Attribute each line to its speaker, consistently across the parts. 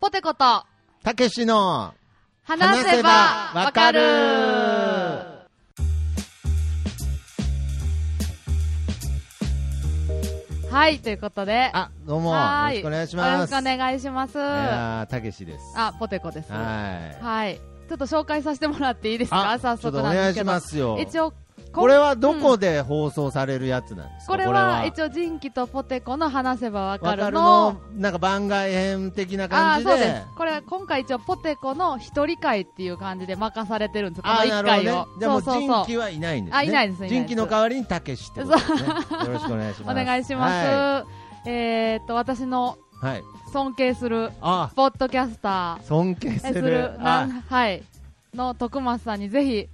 Speaker 1: ポテコと
Speaker 2: たけしの
Speaker 1: 話せばわかるはい、ということで。
Speaker 2: あどうもよ
Speaker 1: はー
Speaker 2: ろしくお願いします
Speaker 1: よろしくお願いします。
Speaker 2: いやーたけしです
Speaker 1: あ、ポテコです。は
Speaker 2: はい
Speaker 1: い。ちょっと紹介させてもらっていいですか早
Speaker 2: あちょっ
Speaker 1: 速
Speaker 2: とお
Speaker 1: なん
Speaker 2: 願
Speaker 1: で
Speaker 2: い
Speaker 1: すけど。
Speaker 2: しますよ
Speaker 1: 一応、
Speaker 2: これはどこで放送されるやつなんですか
Speaker 1: これは一応、人気とポテコの話せばわか
Speaker 2: わか
Speaker 1: る
Speaker 2: る
Speaker 1: の
Speaker 2: の。なんか番外編的な
Speaker 1: あ
Speaker 2: 感
Speaker 1: ー
Speaker 2: じ
Speaker 1: そうで。
Speaker 2: です
Speaker 1: これ、今回一応、ポテコの一人会っていう感じで任されてるんです。この
Speaker 2: あー
Speaker 1: 一
Speaker 2: な
Speaker 1: 回
Speaker 2: るほ
Speaker 1: を
Speaker 2: どね。じゃあも
Speaker 1: そううそう
Speaker 2: 人
Speaker 1: そ
Speaker 2: 気はいないんですね
Speaker 1: あいないですいないです
Speaker 2: 人気の代わりにたけしってこと ですねよろしくお願いし
Speaker 1: う。
Speaker 2: ま
Speaker 1: お
Speaker 2: す
Speaker 1: 願いします。えーっと、私の
Speaker 2: はいはい
Speaker 1: 尊敬する
Speaker 2: あ
Speaker 1: ポッドキャスタ
Speaker 2: 尊敬
Speaker 1: ーえ
Speaker 2: す
Speaker 1: す
Speaker 2: る
Speaker 1: るな
Speaker 2: あ
Speaker 1: んはいの徳松さんにぜひ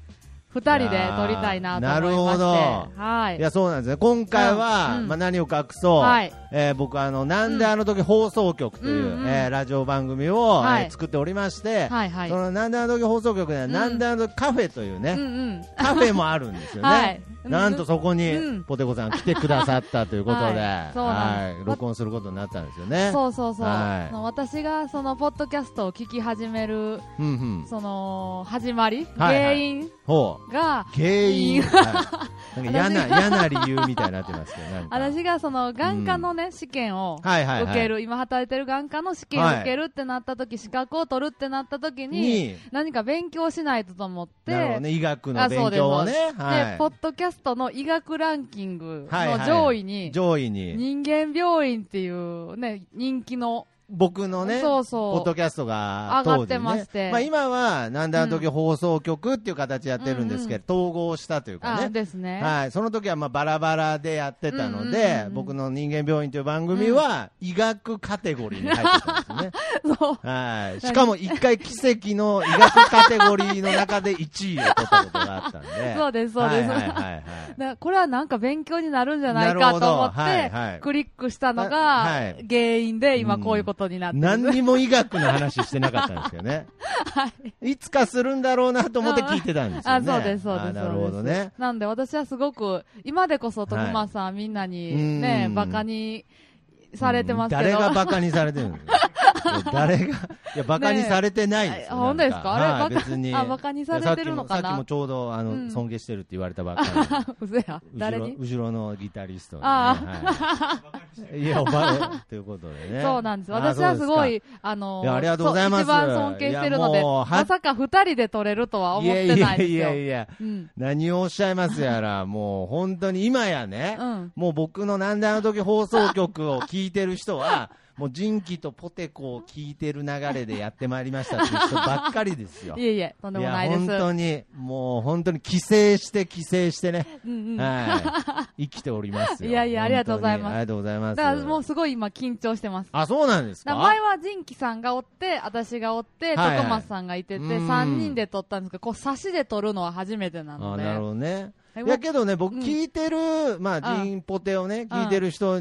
Speaker 1: 二人で撮りたいなと思いまして
Speaker 2: いやーなる
Speaker 1: はい
Speaker 2: やそうなんですね今回は、
Speaker 1: うんうん
Speaker 2: まあ、何を隠そう、
Speaker 1: はい
Speaker 2: えー僕あの、なんであの時放送局という、
Speaker 1: うんうん
Speaker 2: えーラジオ番組を、
Speaker 1: はい
Speaker 2: えー作っておりまして、
Speaker 1: はいはい
Speaker 2: そのなんであの時放送局では、
Speaker 1: ん
Speaker 2: なんであの時カフェというね、
Speaker 1: うんうん
Speaker 2: カフェもあるんですよ ね、
Speaker 1: はい
Speaker 2: なんとそこ
Speaker 1: う
Speaker 2: に
Speaker 1: ん
Speaker 2: ポテコさん来てくださったということで、
Speaker 1: は
Speaker 2: はい い
Speaker 1: そうなんです
Speaker 2: 録音することになったんですよね。
Speaker 1: そうそうそう、
Speaker 2: はい
Speaker 1: その私がそのポッドキャストを聞き始める
Speaker 2: うんうん、
Speaker 1: その始まり、
Speaker 2: はいはい
Speaker 1: 原因
Speaker 2: ほう
Speaker 1: が
Speaker 2: 原因、
Speaker 1: いい
Speaker 2: はい、なんか嫌な
Speaker 1: 私
Speaker 2: 嫌な理由みたいになってますけど、なんか
Speaker 1: 私がその眼科のね、試験を
Speaker 2: はいはいはい
Speaker 1: 受ける、今働いてる眼科の試験を受けるってなった時、資格を取るってなった時に
Speaker 2: に
Speaker 1: 何か勉強しないとと思って
Speaker 2: なるほどね、医学の
Speaker 1: あそう
Speaker 2: 勉
Speaker 1: です
Speaker 2: 強をね
Speaker 1: そうで、す
Speaker 2: は
Speaker 1: で
Speaker 2: い
Speaker 1: ポッドキャストの医学ランキング
Speaker 2: はいは
Speaker 1: の
Speaker 2: い
Speaker 1: 上位に、
Speaker 2: 上位に
Speaker 1: 人間病院っていうね、人気の、
Speaker 2: 僕のね、
Speaker 1: そうそう
Speaker 2: ポッドキャストが
Speaker 1: 上が
Speaker 2: 当
Speaker 1: っ
Speaker 2: 時、
Speaker 1: て
Speaker 2: ね、
Speaker 1: まして
Speaker 2: あ、今は、なんだあの時放送局っていう形でやってるんですけど、統合したというか
Speaker 1: あ
Speaker 2: ね。
Speaker 1: ですね。
Speaker 2: はい、その時はまあバラバラでやってたので、
Speaker 1: うんうんうんうん
Speaker 2: 僕の人間病院という番組は医学カテゴリーに入ってたんで すね。
Speaker 1: そう
Speaker 2: はい。しかも一回奇跡の医学カテゴリーの中で1位を取ったことがあったん で。
Speaker 1: そうですそうです
Speaker 2: はいはいはいは
Speaker 1: だ
Speaker 2: い
Speaker 1: からこれはなんか勉強になるんじゃない
Speaker 2: なる
Speaker 1: か
Speaker 2: ほど
Speaker 1: と思って、
Speaker 2: はいはい
Speaker 1: クリックしたの
Speaker 2: は
Speaker 1: が
Speaker 2: い
Speaker 1: 原因で今こういうことになってる、
Speaker 2: 何にも医学の話してなかったんです よね。い。つかするんだろうなと思って聞いてたんですよ
Speaker 1: あ
Speaker 2: ね。
Speaker 1: そうです、そうです。
Speaker 2: あなるほど
Speaker 1: そうで
Speaker 2: ね
Speaker 1: す。なんで私はすごく、今でこそ徳間さん、みんなにね
Speaker 2: う、ん
Speaker 1: バカにされてますけど。
Speaker 2: 誰がバカにされてるの 誰が、いや、バカにされてないで
Speaker 1: ね
Speaker 2: すよ。
Speaker 1: えあ本当ですか
Speaker 2: なん
Speaker 1: あれバカ
Speaker 2: 別に。
Speaker 1: あバカにされてるのかない
Speaker 2: やさっきもさっきもちょうど、あの、
Speaker 1: うん
Speaker 2: 尊敬してるって言われたばっかりで。
Speaker 1: うぜや。 誰
Speaker 2: 後ろ
Speaker 1: に
Speaker 2: 後ろのギタリストにね、
Speaker 1: あ
Speaker 2: はい、いや、おばということでね。
Speaker 1: そうなんです。
Speaker 2: あ
Speaker 1: 私はすご。
Speaker 2: そう
Speaker 1: い、あの
Speaker 2: いやありがとうございます
Speaker 1: そ一番尊敬してるの
Speaker 2: い
Speaker 1: で、
Speaker 2: やもうは
Speaker 1: まさか二人で撮れるとは
Speaker 2: かい
Speaker 1: 思っ
Speaker 2: や
Speaker 1: て
Speaker 2: い
Speaker 1: な
Speaker 2: や
Speaker 1: いです
Speaker 2: い
Speaker 1: よ。
Speaker 2: やいや。
Speaker 1: うん。
Speaker 2: 何をおっしゃいますやら、もう本当に今やね、
Speaker 1: うん
Speaker 2: もう僕のなんであの時放送局を聞いてる人は、 もう人気とポテコを聞いてる流れでやってまいりましたっていう人ばっかりですよ。
Speaker 1: いえいえ、とんでも
Speaker 2: や
Speaker 1: ないです。
Speaker 2: 本当に、もう本当に帰省して帰省してね、
Speaker 1: うんうん。だ
Speaker 2: はい、生きておりますよ。
Speaker 1: いやいやありがとうございます
Speaker 2: 本当にありがとうございます。
Speaker 1: からもうすごい今緊張してます。
Speaker 2: あ、そうなんです
Speaker 1: だ
Speaker 2: か
Speaker 1: から前は仁キさんがおって、私がおって、
Speaker 2: はいはい
Speaker 1: 徳松さんがいてて、
Speaker 2: うん
Speaker 1: 3人で撮ったんですけど、こう、差しで撮るのは初めてなの
Speaker 2: あ
Speaker 1: で。
Speaker 2: なるほどね。
Speaker 1: はい
Speaker 2: いやけどね、僕
Speaker 1: うん
Speaker 2: 聞いてる、まあ、
Speaker 1: あ
Speaker 2: ジンポテをね、
Speaker 1: うん
Speaker 2: 聞いてる人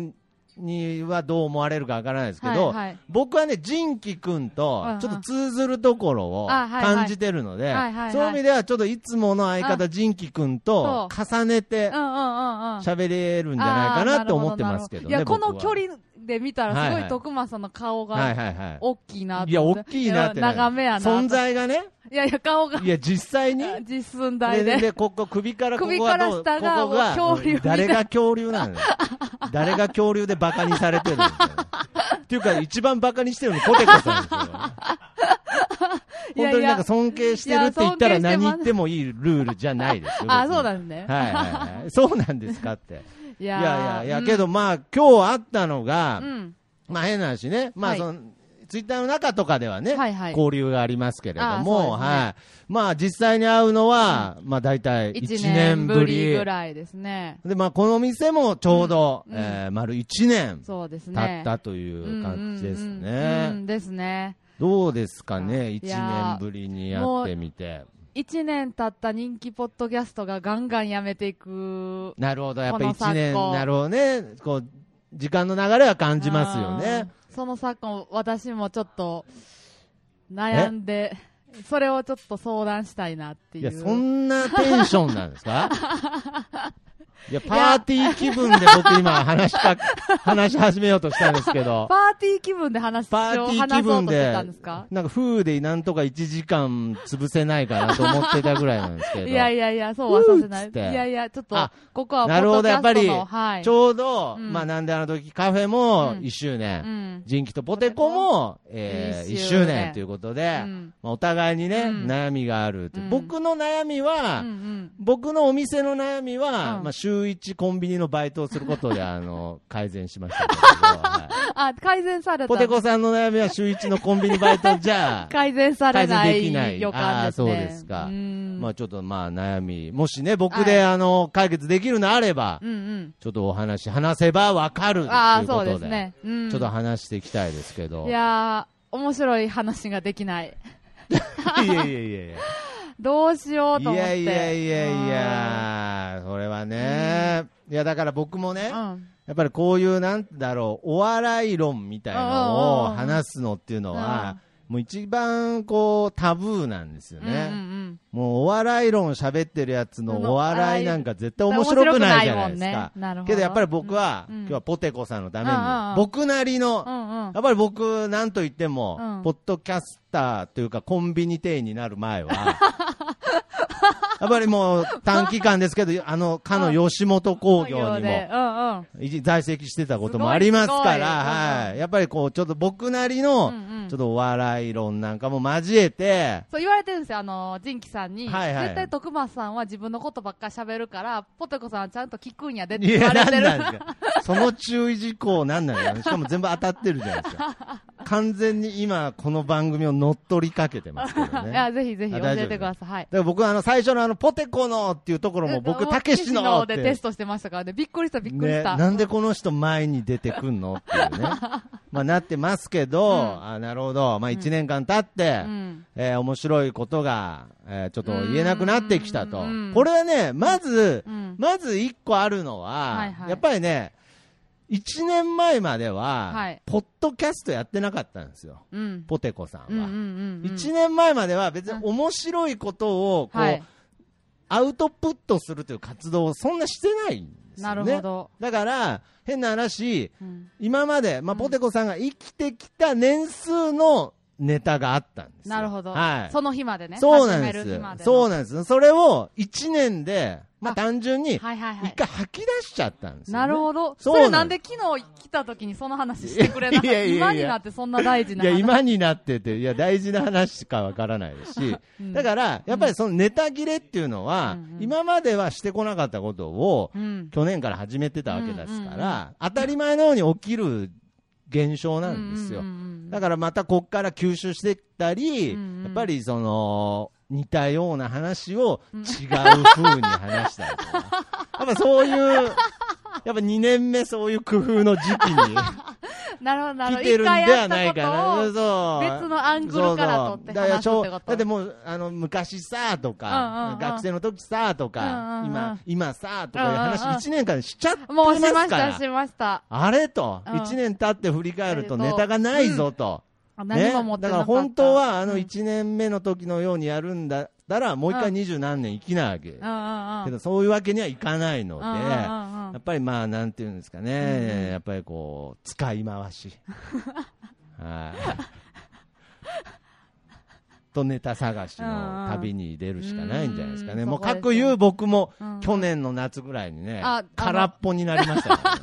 Speaker 2: にはどう思われるかわからないですけど、
Speaker 1: はいはい
Speaker 2: 僕はね、ジンキ君と
Speaker 1: うんうん
Speaker 2: ちょっと通ずるところを
Speaker 1: あはいはい
Speaker 2: 感じてるので
Speaker 1: はいはいは、い
Speaker 2: そういう意味ではちょっといつもの相方、ジンキ君と重ねて
Speaker 1: うんうんうんうん。
Speaker 2: 喋れるんじゃないかなと思ってますけどね。
Speaker 1: あーなるほなるほ
Speaker 2: 僕
Speaker 1: ど
Speaker 2: は
Speaker 1: や、
Speaker 2: い
Speaker 1: この距離で見たら、す
Speaker 2: は
Speaker 1: ご
Speaker 2: い
Speaker 1: い
Speaker 2: はい
Speaker 1: 徳間さんの顔
Speaker 2: はい
Speaker 1: が
Speaker 2: はいはい。
Speaker 1: 大きいなと
Speaker 2: いや、
Speaker 1: 思
Speaker 2: 大
Speaker 1: って
Speaker 2: きいなってなる
Speaker 1: 眺めやなと。
Speaker 2: 存在がね、
Speaker 1: いやいや、顔が
Speaker 2: いや、実際 に。
Speaker 1: 実寸大
Speaker 2: で
Speaker 1: で。
Speaker 2: ここ、首からここはど
Speaker 1: 首
Speaker 2: う
Speaker 1: から下が
Speaker 2: ここが
Speaker 1: もう恐竜みたい
Speaker 2: 誰が恐竜な のよ。誰が恐竜でバカにされてるんだよ。っていうか、一番バカにしてるのポテコさんですよ。
Speaker 1: いやいや
Speaker 2: 本当になんか尊敬してるって言ったら
Speaker 1: いや尊敬してます
Speaker 2: 何言ってもいいルールじゃないですよ。
Speaker 1: あ、そうな
Speaker 2: ね。
Speaker 1: んですね。
Speaker 2: はいはいはい。そうなんですかって。
Speaker 1: い
Speaker 2: い
Speaker 1: や
Speaker 2: やいやいや、
Speaker 1: うん
Speaker 2: けどまあ、今日あったのが
Speaker 1: う、ん。
Speaker 2: まあ変な話ね、ま
Speaker 1: は
Speaker 2: あ
Speaker 1: い
Speaker 2: その、ツイッターの中とかではね、
Speaker 1: はいはい
Speaker 2: 交流がありますけれども、
Speaker 1: あーそうですね
Speaker 2: はい。まあ実際に会うのは、まあ大体
Speaker 1: 1
Speaker 2: 1
Speaker 1: 年
Speaker 2: 年
Speaker 1: ぶ
Speaker 2: ぶ
Speaker 1: り
Speaker 2: り。
Speaker 1: ぐらいですね。
Speaker 2: で、まあこの店もちょうど、
Speaker 1: うん
Speaker 2: えー丸1年
Speaker 1: そうです
Speaker 2: 経
Speaker 1: ね
Speaker 2: っ。たという感じです
Speaker 1: う
Speaker 2: ね。
Speaker 1: んうんうんですね。
Speaker 2: どうですか
Speaker 1: いや
Speaker 2: ね、
Speaker 1: ー
Speaker 2: 1年ぶりにやってみて。
Speaker 1: 1年経った人気ポッドキャストがガンガンやめていく。
Speaker 2: なるほど、やっ
Speaker 1: こ
Speaker 2: ぱ
Speaker 1: の昨
Speaker 2: 1年、
Speaker 1: 今
Speaker 2: なるほどね、こう、時間の流れは感じますよね。
Speaker 1: うん。その昨今、私もちょっと悩んで、それをちょっと相談したいなってい。
Speaker 2: い うや、そんなテンションなんですかいや、パーティー気分で僕今話しか、 話し始めようとしたんですけど
Speaker 1: パ、ーティー気分で話し
Speaker 2: パーティー気
Speaker 1: 話そう
Speaker 2: 分
Speaker 1: として
Speaker 2: で
Speaker 1: たんですか、
Speaker 2: なんか風でなんとか1時間潰せないかなと思ってたぐらいなんですけど、
Speaker 1: いやいやいや、そうはさせな
Speaker 2: うーっつ
Speaker 1: い。
Speaker 2: っ
Speaker 1: い
Speaker 2: て
Speaker 1: やいや、ちょっと
Speaker 2: あ、
Speaker 1: ここはポ
Speaker 2: な
Speaker 1: ッ
Speaker 2: るほ
Speaker 1: ド
Speaker 2: ど
Speaker 1: キャストの、
Speaker 2: やっぱり
Speaker 1: はい。
Speaker 2: ちょうど、
Speaker 1: うん
Speaker 2: まあなんであの時カフェも
Speaker 1: うん
Speaker 2: 1周年、
Speaker 1: うん。
Speaker 2: 人気とポテコも、えー、1
Speaker 1: 一周
Speaker 2: 周
Speaker 1: 年
Speaker 2: 年ということで、
Speaker 1: うん
Speaker 2: まあ、お互いにね、
Speaker 1: うん
Speaker 2: 悩みがあるって、
Speaker 1: うん
Speaker 2: 僕の悩みは、
Speaker 1: うんうん
Speaker 2: 僕のお店の悩みは、
Speaker 1: うん
Speaker 2: まあ、週1コンビニのバイトをすることであの改善しました けど、は
Speaker 1: あ、改善され
Speaker 2: い
Speaker 1: た
Speaker 2: ポ。テコさんの悩みは週1のコンビニバイトじゃ
Speaker 1: 改善されな
Speaker 2: 改善できない
Speaker 1: い予感ですね。
Speaker 2: あーそうですか
Speaker 1: うん。
Speaker 2: まあちょっとまあ悩み、もしね、僕
Speaker 1: は
Speaker 2: で
Speaker 1: い
Speaker 2: あの解決できるのあれば、
Speaker 1: うんうん。
Speaker 2: ちょっとお話話せばわかると
Speaker 1: あ
Speaker 2: い
Speaker 1: あ、
Speaker 2: う
Speaker 1: そ
Speaker 2: こ
Speaker 1: うで
Speaker 2: と
Speaker 1: す
Speaker 2: で、
Speaker 1: ね。うん。
Speaker 2: ちょっと話していきたいですけど。
Speaker 1: いやー、面白い話ができない。
Speaker 2: いやいやいや いや。
Speaker 1: どうしよう
Speaker 2: い
Speaker 1: と思っ
Speaker 2: や
Speaker 1: て。
Speaker 2: いやいやいや、それはね、いやだから僕も
Speaker 1: うん。
Speaker 2: ね、
Speaker 1: う
Speaker 2: や
Speaker 1: ん。
Speaker 2: っぱりこういうなんだろう、お笑い論みたいなのを
Speaker 1: うんうんうんうん
Speaker 2: 話すのっていうのは、もう一番こうタブーなんですよ
Speaker 1: うんうんう
Speaker 2: ね。
Speaker 1: ん。
Speaker 2: もうお笑い論喋ってるやつのお笑いなんか絶対面白くないじゃないですか。
Speaker 1: 面白くないもんねなるほど
Speaker 2: けどやっぱり僕は、
Speaker 1: うん
Speaker 2: 今日はポテコさんのために、
Speaker 1: うんうんうん
Speaker 2: 僕なりの、
Speaker 1: うんうん
Speaker 2: や。っぱり僕、なんと言っても、
Speaker 1: うん
Speaker 2: ポッドキャスターというか、コンビニ店員になる前は、 やっぱりもう短期間ですけど、あの、かの吉本興業にも
Speaker 1: でうんうん。
Speaker 2: 一時在籍してたこともありますから、
Speaker 1: すごいすごいうん
Speaker 2: は
Speaker 1: う
Speaker 2: い。やっぱりこう、ちょっと僕なりの、
Speaker 1: うんうん
Speaker 2: ちょっとお笑い論なんかも交えて、
Speaker 1: そう言われてるんですよ、あの、ジンキさんに。
Speaker 2: はいはい
Speaker 1: 絶対徳松さんは自分のことばっか喋るから、ポテコさんはちゃんと聞くんやでって
Speaker 2: い
Speaker 1: 言
Speaker 2: や、
Speaker 1: われ
Speaker 2: なん
Speaker 1: てる。
Speaker 2: なんですか。その注意事項なんなんですか。しかも全部当たってるじゃないですか。完全に今、この番組を乗っ取りかけてますけど ね。
Speaker 1: いや、ぜひぜひ
Speaker 2: あ
Speaker 1: 教
Speaker 2: 大丈夫
Speaker 1: えてください。はい。
Speaker 2: だから僕はあの最初のあのポテコのっていうところも
Speaker 1: えっ
Speaker 2: 僕、
Speaker 1: と
Speaker 2: たけしのって
Speaker 1: でテストしてましたからね。びっくりした、びっくり
Speaker 2: ね、
Speaker 1: した。
Speaker 2: なんでこの人前に出てくんのっ ていうね、まあなってますけど、
Speaker 1: うん
Speaker 2: あなるほど、まあ、1年間経って、
Speaker 1: うん。
Speaker 2: えー面白いことが、えーちょっと言えなくなってきたと
Speaker 1: うんう、ん
Speaker 2: これはね、まず、
Speaker 1: うん。
Speaker 2: まず1個あるのは、
Speaker 1: はいはい
Speaker 2: やっぱりね、1年前までは、
Speaker 1: はい
Speaker 2: ポッドキャストやってなかったんですよ、
Speaker 1: うん。
Speaker 2: ポテコさんは。
Speaker 1: うんうんうんうん。
Speaker 2: 1年前までは別に面白いことをこう、
Speaker 1: はい。
Speaker 2: アウトプットするという活動をそんなしてないんですよ
Speaker 1: な
Speaker 2: ね。
Speaker 1: るほど。
Speaker 2: だから、変な話、
Speaker 1: うん
Speaker 2: 今まで、まあ、
Speaker 1: うん
Speaker 2: ポテコさんが生きてきた年数のネタがあったんですよ
Speaker 1: なるほど。
Speaker 2: はい。
Speaker 1: その日までね。
Speaker 2: そうなんで。
Speaker 1: 始める日ますでの
Speaker 2: そうなんです。それを1年で、まあ、
Speaker 1: あ
Speaker 2: 単純に、
Speaker 1: はいはいは
Speaker 2: 一
Speaker 1: い。
Speaker 2: 回吐き出しちゃったんですよ、ね。
Speaker 1: なるほど。
Speaker 2: そう
Speaker 1: それ
Speaker 2: なん
Speaker 1: なんで昨日来た時にその話してくれなかっ
Speaker 2: いや
Speaker 1: た
Speaker 2: いやいや
Speaker 1: 今になってそんな大事ない話。
Speaker 2: や、今になってて、いや、大事な話しかわからないですし、
Speaker 1: うん
Speaker 2: だから、やっぱりそのネタ切れっていうのは、
Speaker 1: うんうん
Speaker 2: 今まではしてこなかったことを、
Speaker 1: うん。
Speaker 2: 去年から始めてたわけですから、当たり前のように起きる現象なんですよ。
Speaker 1: うううんうん
Speaker 2: だからまたこっから吸収してったり、
Speaker 1: うんうん
Speaker 2: やっぱりその、似たような話を
Speaker 1: うん
Speaker 2: 違う風に話したりとか。 やっぱそういう、やっぱ2年目そういう工夫の時期に
Speaker 1: なるほど、なる
Speaker 2: 来
Speaker 1: ほど。
Speaker 2: て
Speaker 1: 一
Speaker 2: るんで
Speaker 1: 回や
Speaker 2: は
Speaker 1: っ
Speaker 2: ない
Speaker 1: た
Speaker 2: か
Speaker 1: こと
Speaker 2: な。
Speaker 1: を、
Speaker 2: そう。
Speaker 1: 別のアングルから撮って話すってこと
Speaker 2: そうそうだからしょうだってもう、あの、昔さ、と
Speaker 1: うんうん
Speaker 2: か、
Speaker 1: うん
Speaker 2: 学生の時さ、とか、
Speaker 1: うんうんうん
Speaker 2: 今、今さ、とかいう話、
Speaker 1: うんうんうん
Speaker 2: 1年間しちゃってますから。
Speaker 1: もうしました、しました。
Speaker 2: あれと、
Speaker 1: うん
Speaker 2: 1年経って振り返るとネタがないぞと。
Speaker 1: あ
Speaker 2: ね
Speaker 1: 何も持って
Speaker 2: だ
Speaker 1: な
Speaker 2: か
Speaker 1: かっ
Speaker 2: ら
Speaker 1: た。
Speaker 2: 本当はあの
Speaker 1: うん
Speaker 2: 1年目の時のようにやるんだったら、もう一回二十何年生きないわけ。
Speaker 1: うんうんうん。
Speaker 2: けどそういうわけにはいかないので、
Speaker 1: うんうんうん
Speaker 2: や
Speaker 1: うん
Speaker 2: っぱりまあなんていうんですか
Speaker 1: うん
Speaker 2: ね
Speaker 1: う、ん
Speaker 2: やっぱりこう、使い回し。 はい。とネタ探しの旅に出るしかないんじゃないですかね。
Speaker 1: うん
Speaker 2: もう
Speaker 1: そこです
Speaker 2: 各言う僕も
Speaker 1: うん
Speaker 2: 去年の夏ぐらいにね
Speaker 1: ああの、
Speaker 2: 空っぽになりましたからね。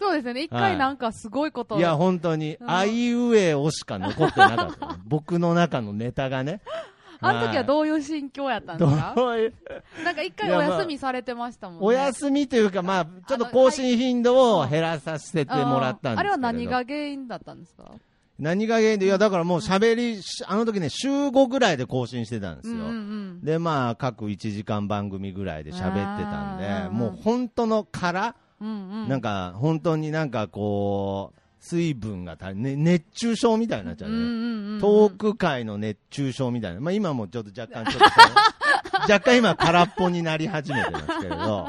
Speaker 1: そうですよね。一
Speaker 2: はい
Speaker 1: 回なんかすごいことを。
Speaker 2: いや、本当に、
Speaker 1: うん
Speaker 2: あいうえおしか残ってなかった ね。僕の中のネタがね。
Speaker 1: あの時は
Speaker 2: う
Speaker 1: どういう心境やったんですか
Speaker 2: どういう
Speaker 1: なんか一
Speaker 2: い
Speaker 1: 回
Speaker 2: や
Speaker 1: お
Speaker 2: まあ
Speaker 1: 休みされてましたもんね。
Speaker 2: お休みというか、まあ、ちょっと更新頻度を減らさせてもらったんですけれど
Speaker 1: あれは何が原因だったんですか
Speaker 2: 何が原因で、いや、だからもう喋りし、あの時ね、週5ぐらいで更新してたんです
Speaker 1: うん
Speaker 2: よ。
Speaker 1: うんうん。
Speaker 2: で、まあ、各1時間番組ぐらいで喋ってたん
Speaker 1: あー
Speaker 2: で、
Speaker 1: うん
Speaker 2: もう本当の殻、
Speaker 1: うんうん。
Speaker 2: なんか、本当になんかこう、水分が足り、ね、熱中症みたいになっちゃう
Speaker 1: う
Speaker 2: ね。
Speaker 1: んうんうん。
Speaker 2: トーク界の熱中症みたいな、まあ、今もちょっと若干ちょっと、若干今、空っぽになり始めてますけれど、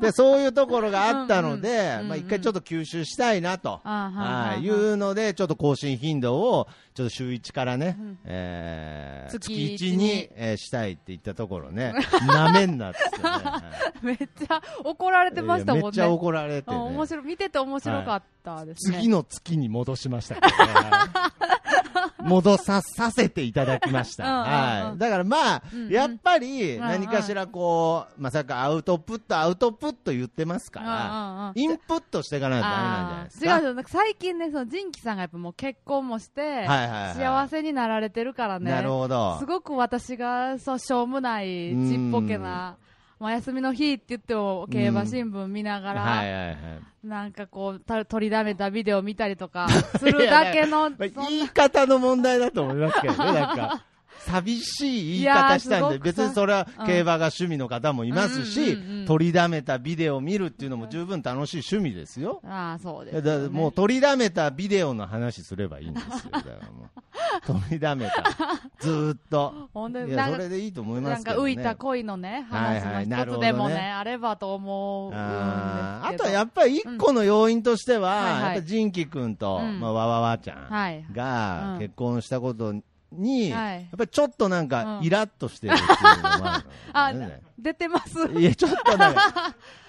Speaker 2: で、そういうところがあったので、
Speaker 1: うんうん
Speaker 2: まあ一回ちょっと吸収したいなと。
Speaker 1: あーはいはいはい
Speaker 2: はい、いうので、ちょっと更新頻度を、ちょっと週1からね、
Speaker 1: うん
Speaker 2: えー
Speaker 1: 月
Speaker 2: 月
Speaker 1: 1
Speaker 2: 1に、えーしたいって言ったところね、なめんなっつ ってね。はい
Speaker 1: めっちゃ怒られてましたもんね。
Speaker 2: めっちゃ怒られて、
Speaker 1: あ
Speaker 2: ね。
Speaker 1: 面白い見てて面白かったですね。
Speaker 2: 次の月に戻しまし たからね戻ささせていただきました。
Speaker 1: うんうんうん
Speaker 2: はい。だからまあ、
Speaker 1: うんうん
Speaker 2: やっぱ
Speaker 1: う
Speaker 2: り
Speaker 1: んうん
Speaker 2: 何かしらこう、まさかアウトプット、アウトプット言ってますから、
Speaker 1: うんうんうん
Speaker 2: インプットしていかないとダメなんじゃないですか。
Speaker 1: あー違う違うなんか最近ね、そのジンキさんがやっぱもう結婚もして、
Speaker 2: はいはいはい
Speaker 1: 幸せになられてるからね、
Speaker 2: なるほど
Speaker 1: す。ごく私がそうしょうもないちっぽけな、まあ、休みの日って言っても、競馬新聞見ながら、
Speaker 2: はいはいはい。
Speaker 1: なんかこうた、取りだめたビデオ見たりと か、するだけの、
Speaker 2: まあ
Speaker 1: そん
Speaker 2: 言い方の問題だと思いますけどね、なん か。寂しい言い方したん
Speaker 1: いやーすご
Speaker 2: で、
Speaker 1: く
Speaker 2: 別にそれは
Speaker 1: うん
Speaker 2: 競馬が趣味の方もいますし
Speaker 1: うんうんうんうん、
Speaker 2: 取りだめたビデオを見るっていうのも十分楽しい趣味ですよ。
Speaker 1: ああ、そう
Speaker 2: い
Speaker 1: です
Speaker 2: や
Speaker 1: よね、
Speaker 2: だからもう取りだめたビデオの話すればいいんですよ。だからもう取りだめ た。ずーっと。
Speaker 1: ほんで
Speaker 2: いや、
Speaker 1: なん
Speaker 2: そ
Speaker 1: か
Speaker 2: れでいいと思いま
Speaker 1: なん
Speaker 2: す
Speaker 1: か
Speaker 2: けど、
Speaker 1: 浮
Speaker 2: ね。
Speaker 1: いた恋のね、
Speaker 2: はい
Speaker 1: 話
Speaker 2: はい
Speaker 1: の
Speaker 2: な
Speaker 1: 一
Speaker 2: るほ
Speaker 1: つ
Speaker 2: ど
Speaker 1: でもね、
Speaker 2: ね
Speaker 1: あればと思うんですけど。
Speaker 2: あーあとはやっぱり一個の要因としては、
Speaker 1: うんはいはい
Speaker 2: やっぱ仁く君と、
Speaker 1: うん
Speaker 2: まあ、わわわちゃ
Speaker 1: はい
Speaker 2: んが
Speaker 1: うん
Speaker 2: 結婚したことに、
Speaker 1: はい
Speaker 2: やっぱりちょっとなんか
Speaker 1: うん
Speaker 2: イラッとしてるっていうのもあ
Speaker 1: あ、
Speaker 2: るの
Speaker 1: な
Speaker 2: ね、
Speaker 1: 出てます。
Speaker 2: いや、ちょっとなんか、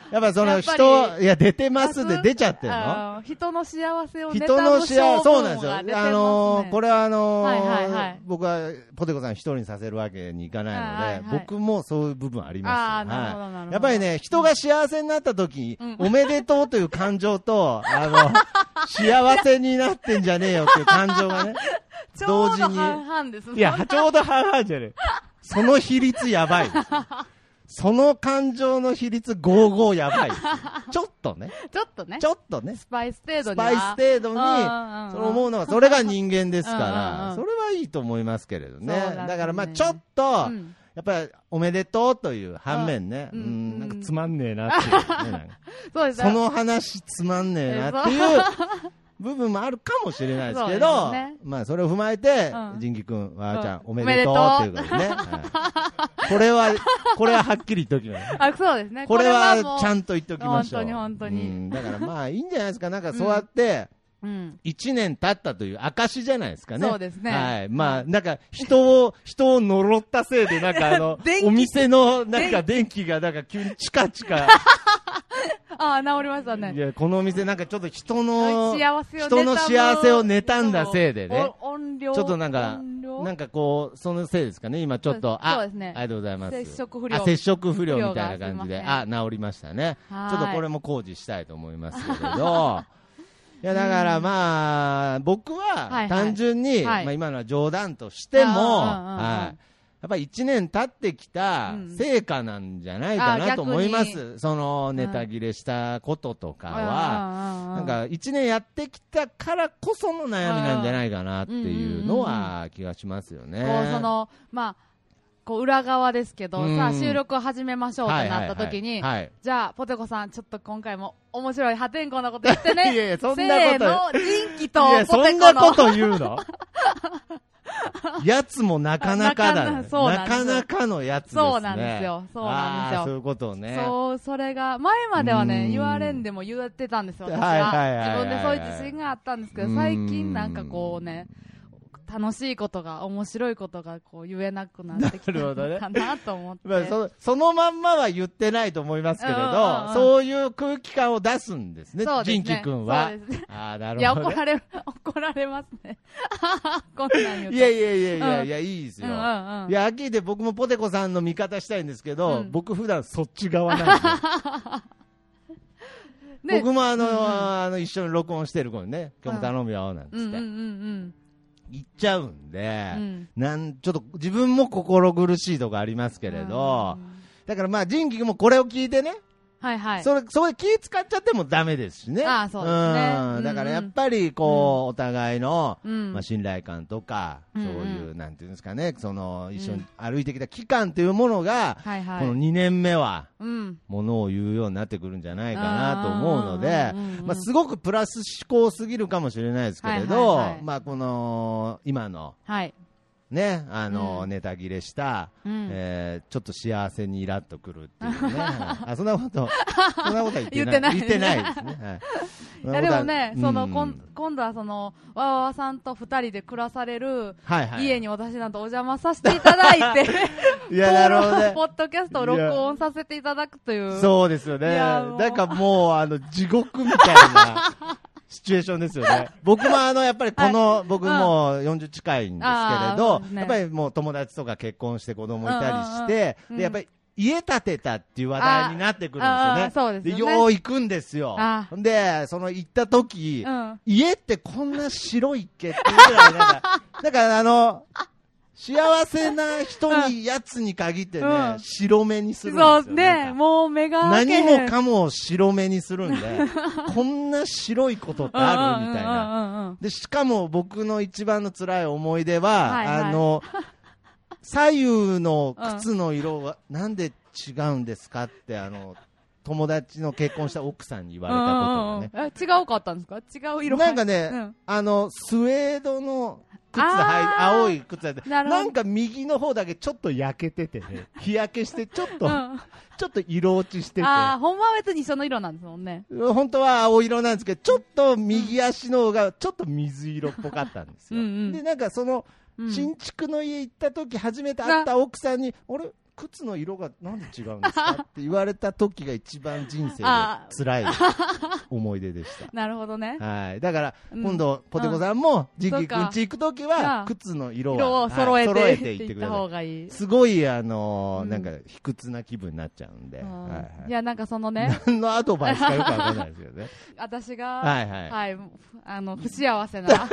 Speaker 2: やっぱそ
Speaker 1: や
Speaker 2: の
Speaker 1: っぱり
Speaker 2: 人、いや、出てますで出ちゃってるの
Speaker 1: あー人の幸せをネ
Speaker 2: 人
Speaker 1: タ
Speaker 2: の
Speaker 1: の
Speaker 2: 幸せ、そうなんですよ。あのーこ
Speaker 1: れ、
Speaker 2: れはあのー
Speaker 1: はいはいはい
Speaker 2: 僕はポテコさん一人にさせるわけにいかないので、
Speaker 1: はいはい
Speaker 2: 僕もそういう部分ありま
Speaker 1: あー
Speaker 2: す。
Speaker 1: なるほどなるほ
Speaker 2: は
Speaker 1: ど
Speaker 2: い。やっぱりね、人が幸せになった時、
Speaker 1: うん
Speaker 2: おめでとうという感情と、あの、幸せになってんじゃねえよっていう感情がね、
Speaker 1: ちょう
Speaker 2: 同時
Speaker 1: ど
Speaker 2: に
Speaker 1: 半々ですもん
Speaker 2: いや、ちょうど半々じゃねえ。その比率 やばい。その感情の比率55やばい。ちょっとね、
Speaker 1: ちょっとね
Speaker 2: ち、ょっとね。
Speaker 1: スパイス程度
Speaker 2: ス
Speaker 1: に
Speaker 2: パイス程度に
Speaker 1: うんうんうん、
Speaker 2: そう思うのが、それが人間ですか
Speaker 1: うんうんう
Speaker 2: ら、
Speaker 1: ん
Speaker 2: それはいいと思いますけれど
Speaker 1: そ
Speaker 2: ね。
Speaker 1: うなんですね
Speaker 2: だからまあちょっと、や
Speaker 1: うん
Speaker 2: っぱりおめでとうという反面ね、う
Speaker 1: うん
Speaker 2: ん、
Speaker 1: うん
Speaker 2: なんかつまんねえなっていうね、 なんか
Speaker 1: そうです
Speaker 2: その話つまんねえなっていう部分もあるかもしれないですけ
Speaker 1: そ
Speaker 2: ど、
Speaker 1: うですね
Speaker 2: まあそれを踏まえて
Speaker 1: う、ん
Speaker 2: 仁義くん、わーちゃん、
Speaker 1: うん
Speaker 2: おめでとうっていうことでね。はいこれは、これははっきり言っときます。
Speaker 1: あそうですね
Speaker 2: これ
Speaker 1: も
Speaker 2: は
Speaker 1: う
Speaker 2: ちゃんと言っときましょ
Speaker 1: 本当
Speaker 2: う。
Speaker 1: に本当に
Speaker 2: うんだからまあいいんじゃないですか。なんかそうやって、
Speaker 1: うん
Speaker 2: 一年経ったという証じゃないですかね。
Speaker 1: そうですね
Speaker 2: はい。まあ、なんか、人 を、人を呪ったせいで、なんかあの
Speaker 1: 電、気
Speaker 2: お店の、なんか電気が、なんか急にチカチカ。
Speaker 1: ああ治りました
Speaker 2: い
Speaker 1: ね
Speaker 2: や、このお店なんかちょっと人の、
Speaker 1: 幸せを
Speaker 2: 人の幸せを妬んだせいでね。
Speaker 1: お音量
Speaker 2: ちょっとなんか、
Speaker 1: 音量
Speaker 2: なんかこう、そのせいですかね、今ちょっと、あ、
Speaker 1: そうですね
Speaker 2: ありがとうございます。
Speaker 1: 接触不良
Speaker 2: あ接触不良みたいな感じで、
Speaker 1: 不良が
Speaker 2: あ、治りましたね。ち
Speaker 1: はい
Speaker 2: ょっとこれも工事したいと思いますけれ ど、いや、だからまあ、僕
Speaker 1: は
Speaker 2: は、
Speaker 1: い
Speaker 2: 単純に、
Speaker 1: はい
Speaker 2: まあ今のは冗談としても、
Speaker 1: あーうんうんうん
Speaker 2: はい。やっぱり1年経ってきた
Speaker 1: うん
Speaker 2: 成果なんじゃないか
Speaker 1: あー
Speaker 2: なと思います。その
Speaker 1: ん
Speaker 2: ネタ切れしたこととか
Speaker 1: うんうん
Speaker 2: は、
Speaker 1: う
Speaker 2: なん
Speaker 1: ん
Speaker 2: か一年やってきたからこその悩みなんじゃないかなっていうのは気がしますよね。
Speaker 1: こうそのまあこう裏側ですけど、
Speaker 2: うん
Speaker 1: さあ収録を始めましょうと
Speaker 2: はいはいは
Speaker 1: ないった時に、
Speaker 2: はい
Speaker 1: じゃあポテコさんちょっと今回も面白い破天荒なこと言ってね
Speaker 2: いやいやそんな
Speaker 1: せー
Speaker 2: こ
Speaker 1: の人気
Speaker 2: い
Speaker 1: と
Speaker 2: や、
Speaker 1: ポ
Speaker 2: そ
Speaker 1: テ
Speaker 2: ん
Speaker 1: コ
Speaker 2: な
Speaker 1: の
Speaker 2: こと言 うのやつもなかなかだ
Speaker 1: な
Speaker 2: ね。
Speaker 1: かなそうな
Speaker 2: な
Speaker 1: で
Speaker 2: ん
Speaker 1: す
Speaker 2: かなかのやつですね。
Speaker 1: そうなんですよそうなんですよ
Speaker 2: あーそういうことをね。
Speaker 1: そうそれが前までは
Speaker 2: う
Speaker 1: ね
Speaker 2: ん
Speaker 1: 言われんでも言ってたんですよ私
Speaker 2: はいはいはい
Speaker 1: は
Speaker 2: はい
Speaker 1: 自分でそういう自信があったんですけ
Speaker 2: う
Speaker 1: ど
Speaker 2: ん
Speaker 1: 最近なんかこうね楽しいことが面白いことがこう言えなくなってきた
Speaker 2: なるほどね
Speaker 1: のかなと思って、
Speaker 2: まあ、そそのまんまは言ってないと思いますけれど、
Speaker 1: うんうんうん
Speaker 2: そういう空気感を出すんですね、
Speaker 1: そうです
Speaker 2: 仁
Speaker 1: ね
Speaker 2: く君は
Speaker 1: そうです。
Speaker 2: ああ、ない
Speaker 1: や
Speaker 2: るほ
Speaker 1: 怒
Speaker 2: どね、
Speaker 1: られ る怒られますね こんなん言うと
Speaker 2: いやいやいやいやいや、いいですよ。
Speaker 1: うんうんうん
Speaker 2: いや、はっきり言って僕もポテコさんの味方したいんですけど、
Speaker 1: うん
Speaker 2: 僕普段そっち側なんで。
Speaker 1: ね
Speaker 2: 僕もあの、
Speaker 1: うんうん
Speaker 2: あの、一緒に録音してる子にね、今日も頼むよ、なんつって、
Speaker 1: うんうんうん
Speaker 2: 言っちゃうんで
Speaker 1: う、ん
Speaker 2: なん、ちょっと自分も心苦しいとかありますけれど、だからまあ、仁義君もこれを聞いてね、
Speaker 1: はいはい
Speaker 2: それ、それ気使っちゃってもダメですしね。
Speaker 1: ああそうですねうんうん
Speaker 2: だからやっぱり、こう、お互いの、
Speaker 1: うん
Speaker 2: まあ、信頼感とか、
Speaker 1: うん
Speaker 2: そういうう、なんていうんですかね、その、一緒
Speaker 1: う
Speaker 2: に
Speaker 1: ん
Speaker 2: 歩いてきた期間というものが、
Speaker 1: はいはい
Speaker 2: この2年目は、
Speaker 1: うん
Speaker 2: ものを言うようになってくるんじゃないかなと思うので
Speaker 1: うんうんうんうんう、ん
Speaker 2: まあ、すごくプラス思考すぎるかもしれないですけれど、
Speaker 1: はいはいはい
Speaker 2: まあ、この、今の、
Speaker 1: はい
Speaker 2: ね、あの、
Speaker 1: うん
Speaker 2: ネタ切れした、
Speaker 1: うん
Speaker 2: えーちょっと幸せにイラっとくるっていうね。 あ、そんなこと、そんなことは言ってな
Speaker 1: 言
Speaker 2: い。言
Speaker 1: っ
Speaker 2: ってて
Speaker 1: な
Speaker 2: ないいですね。はい
Speaker 1: いやでもね、その、こ
Speaker 2: 今
Speaker 1: ん今度はその、わわわさんと二人で暮らされる、
Speaker 2: はいはい。
Speaker 1: 家に私なんとお邪魔させていただいて、
Speaker 2: いや、なるほどね
Speaker 1: ポ。ッドキャストを録音させていただくという。う。
Speaker 2: そうですよ
Speaker 1: い
Speaker 2: ね。
Speaker 1: やもう
Speaker 2: なんかもう、あの、地獄みたい なシチュエーションですよね。僕もあの、やっぱりこの、僕もう40近いんですけれ
Speaker 1: あ
Speaker 2: ど
Speaker 1: ーそうです、ね
Speaker 2: やっぱりもう友達とか結婚して子供いたりして
Speaker 1: うんうんうんう、ん
Speaker 2: で、やっぱり、家建てたっていう話題になってくるん
Speaker 1: あーあー
Speaker 2: です
Speaker 1: そう
Speaker 2: よ
Speaker 1: で
Speaker 2: ね。
Speaker 1: すよね
Speaker 2: よう行くんですよ
Speaker 1: あ。
Speaker 2: で、その行った時、
Speaker 1: うん。
Speaker 2: 家ってこんな白いっけっていうぐらい、なん か、なんかあの、幸せな人に、やつに限ってね、
Speaker 1: うん
Speaker 2: 白目にするんです
Speaker 1: そ
Speaker 2: よ。
Speaker 1: う
Speaker 2: なん
Speaker 1: ね、
Speaker 2: か
Speaker 1: もう目が開けへ
Speaker 2: 何
Speaker 1: ん。
Speaker 2: もかもを白目にするんで、 こんな白いことってあるみたいな。
Speaker 1: な。
Speaker 2: で、しかも僕の一番の辛い思い出は、
Speaker 1: はいはい
Speaker 2: あの、左右の靴の色はなんで違うんですかって、あの、友達の結婚した奥さんに言われたことがね。
Speaker 1: うんうんうんえ違うかったんですか違う色
Speaker 2: なんかね、
Speaker 1: うん
Speaker 2: あの、スウェードの靴はい
Speaker 1: あ、ー
Speaker 2: 青い靴だって、
Speaker 1: なるほど
Speaker 2: なんか右の方だけちょっと焼けててね、日焼けしてちょっと、
Speaker 1: うん
Speaker 2: ちょっと色落ちしてて。
Speaker 1: ああ、ほんまは別に一緒の色なんですもんね。
Speaker 2: 本当は青色なんですけど、ちょっと右足の方がちょっと水色っぽかったんですよ。
Speaker 1: うんうん
Speaker 2: で、なんかその、
Speaker 1: うん
Speaker 2: 新築の家行った時初めて会った奥さんに、あれ靴の色がなんで違うんですかって言われた時が一番人生で辛い思い出でし
Speaker 1: なるほど ね
Speaker 2: た。。はい。だから、
Speaker 1: うん
Speaker 2: 今度、ポテコさんも、ジン
Speaker 1: そう
Speaker 2: キ
Speaker 1: か
Speaker 2: くんち行く時
Speaker 1: なあ
Speaker 2: は、靴の色
Speaker 1: 色
Speaker 2: は
Speaker 1: を揃えて、、
Speaker 2: はいい
Speaker 1: って
Speaker 2: いって
Speaker 1: いっ
Speaker 2: くだ
Speaker 1: た
Speaker 2: さ
Speaker 1: 方
Speaker 2: い。
Speaker 1: がいい。
Speaker 2: すごい、あのー
Speaker 1: うん
Speaker 2: なんか、卑屈な気分になっちゃうんで。
Speaker 1: う
Speaker 2: はい
Speaker 1: ん
Speaker 2: はい
Speaker 1: いや、なんかその ね、
Speaker 2: 何のアドバイスかよくわかんないですよね。
Speaker 1: 私
Speaker 2: は
Speaker 1: が、
Speaker 2: いはい。
Speaker 1: はい、あの、不幸せ な、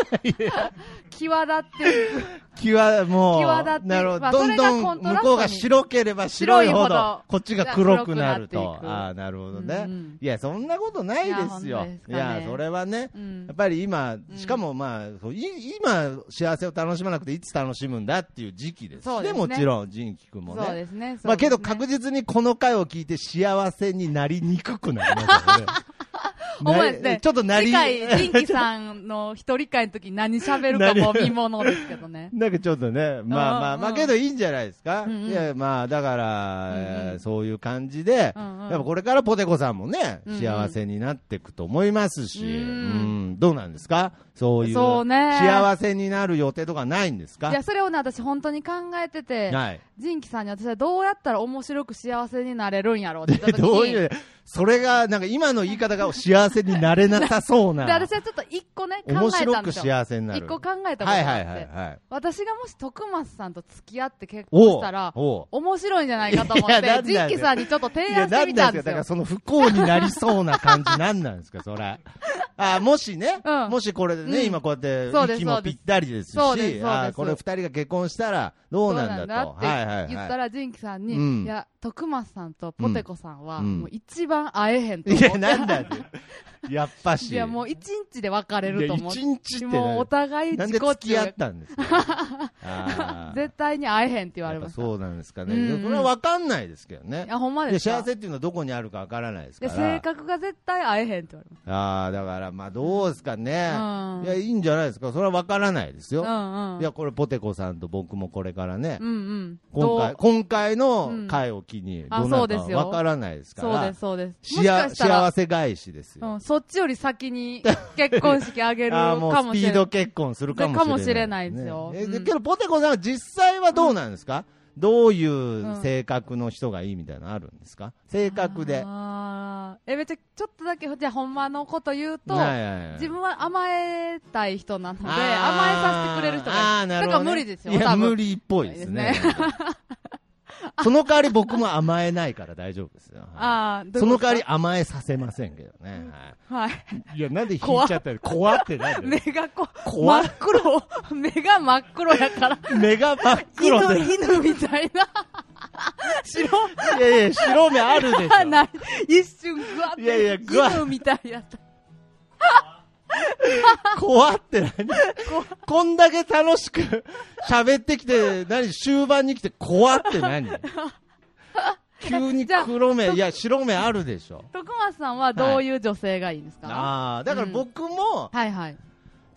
Speaker 1: 際立ってる
Speaker 2: 際、もう、
Speaker 1: 際立って
Speaker 2: なるほど、
Speaker 1: まあ
Speaker 2: どんど
Speaker 1: それがコン
Speaker 2: ん
Speaker 1: トラストに
Speaker 2: 向こうが白ければ白いほど、
Speaker 1: 白いほど
Speaker 2: こっちが黒くなる
Speaker 1: じゃあ黒
Speaker 2: と
Speaker 1: くなっ。ていく
Speaker 2: ああ、なるほどね、
Speaker 1: うんうん
Speaker 2: いや、そんなことないです
Speaker 1: いや
Speaker 2: よ。
Speaker 1: ほんま
Speaker 2: いや、
Speaker 1: ですかね
Speaker 2: それはね、
Speaker 1: うん
Speaker 2: やっぱり今、
Speaker 1: うん
Speaker 2: しかもまあ、そうい今、幸せを楽しまなくて、いつ楽しむんだっていう時期ですし
Speaker 1: そうですね
Speaker 2: もちろん、仁輝くんも
Speaker 1: そう
Speaker 2: ね。
Speaker 1: ですね。
Speaker 2: まあ、けど
Speaker 1: そうですね
Speaker 2: 確実にこの回を聞いて幸せになりにくくなりま すよね。
Speaker 1: ほんまですね
Speaker 2: なちょっとなり、。
Speaker 1: 次回、ジンキさんの一人会の時に何喋るかも見ものですけどね
Speaker 2: なんかちょっとね、まあま
Speaker 1: う
Speaker 2: あ、
Speaker 1: ん
Speaker 2: まあけどいいんじゃないですか。
Speaker 1: うんうん
Speaker 2: いや、まあだか
Speaker 1: う
Speaker 2: ら、
Speaker 1: んうん
Speaker 2: えーそういう感じで、
Speaker 1: うんうん
Speaker 2: やっぱこれからポテコさんもね、
Speaker 1: うんうん
Speaker 2: 幸せになっていくと思いますし、
Speaker 1: う
Speaker 2: うんん、どうなんですかそういう
Speaker 1: そうね
Speaker 2: 幸せになる予定とかないんです
Speaker 1: い
Speaker 2: か
Speaker 1: や、それをね、私本当に考えてて、
Speaker 2: はい。
Speaker 1: ジンキさんに私はどうやったら面白く幸せになれるんやろうって言っ
Speaker 2: で
Speaker 1: た時に。
Speaker 2: どういう、それが、なんか今の言い方が幸せになれなさそうな
Speaker 1: で、。私はちょっと一個ね、考
Speaker 2: 面
Speaker 1: えた
Speaker 2: 白
Speaker 1: ん
Speaker 2: く
Speaker 1: ですよ。
Speaker 2: 幸せにな
Speaker 1: 一
Speaker 2: る。
Speaker 1: 個考えたことがあっ
Speaker 2: は
Speaker 1: て、
Speaker 2: いはいはいはい。
Speaker 1: 私がもし徳松さんと付き合って結婚
Speaker 2: お
Speaker 1: したら、
Speaker 2: おう
Speaker 1: 面白いんじゃないかと思っ
Speaker 2: いやな
Speaker 1: て、
Speaker 2: ん
Speaker 1: ジ
Speaker 2: な
Speaker 1: ン
Speaker 2: ん
Speaker 1: キさんにちょっと提案
Speaker 2: いや、
Speaker 1: して
Speaker 2: な
Speaker 1: み
Speaker 2: ん
Speaker 1: た
Speaker 2: なんん
Speaker 1: で
Speaker 2: です
Speaker 1: す
Speaker 2: か、だか
Speaker 1: よ
Speaker 2: ら。その不幸になりそうな感じ、なんなんですか、それ。あもしね、
Speaker 1: うん
Speaker 2: もしこれでね、
Speaker 1: うん
Speaker 2: 今こう
Speaker 1: そ
Speaker 2: や
Speaker 1: う
Speaker 2: っ
Speaker 1: で
Speaker 2: て、
Speaker 1: す
Speaker 2: 息もぴったりですし、
Speaker 1: そうですそうです
Speaker 2: あこれ二人が結婚したらどうなんだと。
Speaker 1: そうなんだって言った
Speaker 2: ら、
Speaker 1: ら、ジンキさんに、
Speaker 2: うん
Speaker 1: いや、徳松さんとポテコさんは、
Speaker 2: うん
Speaker 1: もう一番会えへんと
Speaker 2: い
Speaker 1: 思って。
Speaker 2: や、なん だって。やっぱし。
Speaker 1: いや、もう一日で別れると思っ
Speaker 2: い
Speaker 1: て
Speaker 2: や。一日って
Speaker 1: もうお
Speaker 2: 何
Speaker 1: 互い
Speaker 2: なん
Speaker 1: 自
Speaker 2: で
Speaker 1: 己
Speaker 2: 付き合
Speaker 1: 中
Speaker 2: ったんですかあ ー
Speaker 1: 絶対に会えへんって言われ
Speaker 2: やっ
Speaker 1: ま
Speaker 2: ぱ
Speaker 1: した。
Speaker 2: そうなんですかね。
Speaker 1: うんうん
Speaker 2: それは分かんないですけどね
Speaker 1: い。や、ほんま
Speaker 2: い
Speaker 1: で
Speaker 2: や
Speaker 1: すか
Speaker 2: 幸せっていうのはどこにあるか分からないですか
Speaker 1: で、
Speaker 2: ら。
Speaker 1: 性格が絶対会えへんって言われまし
Speaker 2: ああ、だから、まあ、どうですかね。
Speaker 1: うん
Speaker 2: いや、いいんじゃないですか。それはわからないです
Speaker 1: た。
Speaker 2: よ。
Speaker 1: うんうん。
Speaker 2: いや、これ、ポテコさんと僕もこれからね、
Speaker 1: うんうん。
Speaker 2: 今回、
Speaker 1: ど
Speaker 2: 今回
Speaker 1: う
Speaker 2: の
Speaker 1: ん
Speaker 2: 回を機に、
Speaker 1: あ
Speaker 2: どうな
Speaker 1: そう
Speaker 2: る
Speaker 1: で
Speaker 2: か
Speaker 1: すよ
Speaker 2: わからないです
Speaker 1: う
Speaker 2: か
Speaker 1: そう
Speaker 2: ら
Speaker 1: です、、そうです。もし
Speaker 2: しあ
Speaker 1: かしたら
Speaker 2: 幸、せ返しです
Speaker 1: う
Speaker 2: よ。
Speaker 1: ん、そっちより先 に結婚式あげる
Speaker 2: あ
Speaker 1: か
Speaker 2: あ、もう
Speaker 1: も
Speaker 2: ス
Speaker 1: しれない
Speaker 2: ピード。結婚するかもしれない、
Speaker 1: かもしれないですよ
Speaker 2: ねえ
Speaker 1: うん
Speaker 2: けど、ポテコさんは実際はどうなんですか、どういう性格の人がいいみたいなのあるんですか性格で。
Speaker 1: あーえ、めっちゃ、ちょっとだけ、じゃあほんまのこと言うと、
Speaker 2: はいはいはい
Speaker 1: 自分は甘えたい人なので、甘えさせてくれる人
Speaker 2: あ
Speaker 1: がい
Speaker 2: ー
Speaker 1: い。
Speaker 2: な
Speaker 1: だ
Speaker 2: る
Speaker 1: か
Speaker 2: ほ
Speaker 1: ら
Speaker 2: どね
Speaker 1: 無理ですよ、
Speaker 2: いや、
Speaker 1: 多分。
Speaker 2: 無理っぽいですね
Speaker 1: です。
Speaker 2: その代わり僕も甘えないから大丈夫ですよ。はい
Speaker 1: ああ、どう
Speaker 2: そ
Speaker 1: いうこ
Speaker 2: の
Speaker 1: と
Speaker 2: 代わり甘えさせませんけどね。
Speaker 1: はい。
Speaker 2: はい、いや、なんで引い
Speaker 1: 怖
Speaker 2: ちゃったの怖ってなんだ
Speaker 1: 目
Speaker 2: よ。
Speaker 1: がこ、真
Speaker 2: 怖
Speaker 1: っ黒、目が真っ黒やから、
Speaker 2: 目が真っ
Speaker 1: 犬
Speaker 2: 黒で。、
Speaker 1: 犬みたいな、白、
Speaker 2: いやいや、白目あるでしょ。
Speaker 1: ない、一瞬グワって、
Speaker 2: いやいやグワッ
Speaker 1: 犬みたいやった。
Speaker 2: 怖って何こんだけ楽しく 喋ってきて、何終盤に来て怖っ て何急に黒目、いや、白目あるでしょ。
Speaker 1: 徳松さんはどういう女性がいいんですか、
Speaker 2: ああ、だから僕も、
Speaker 1: はいはい。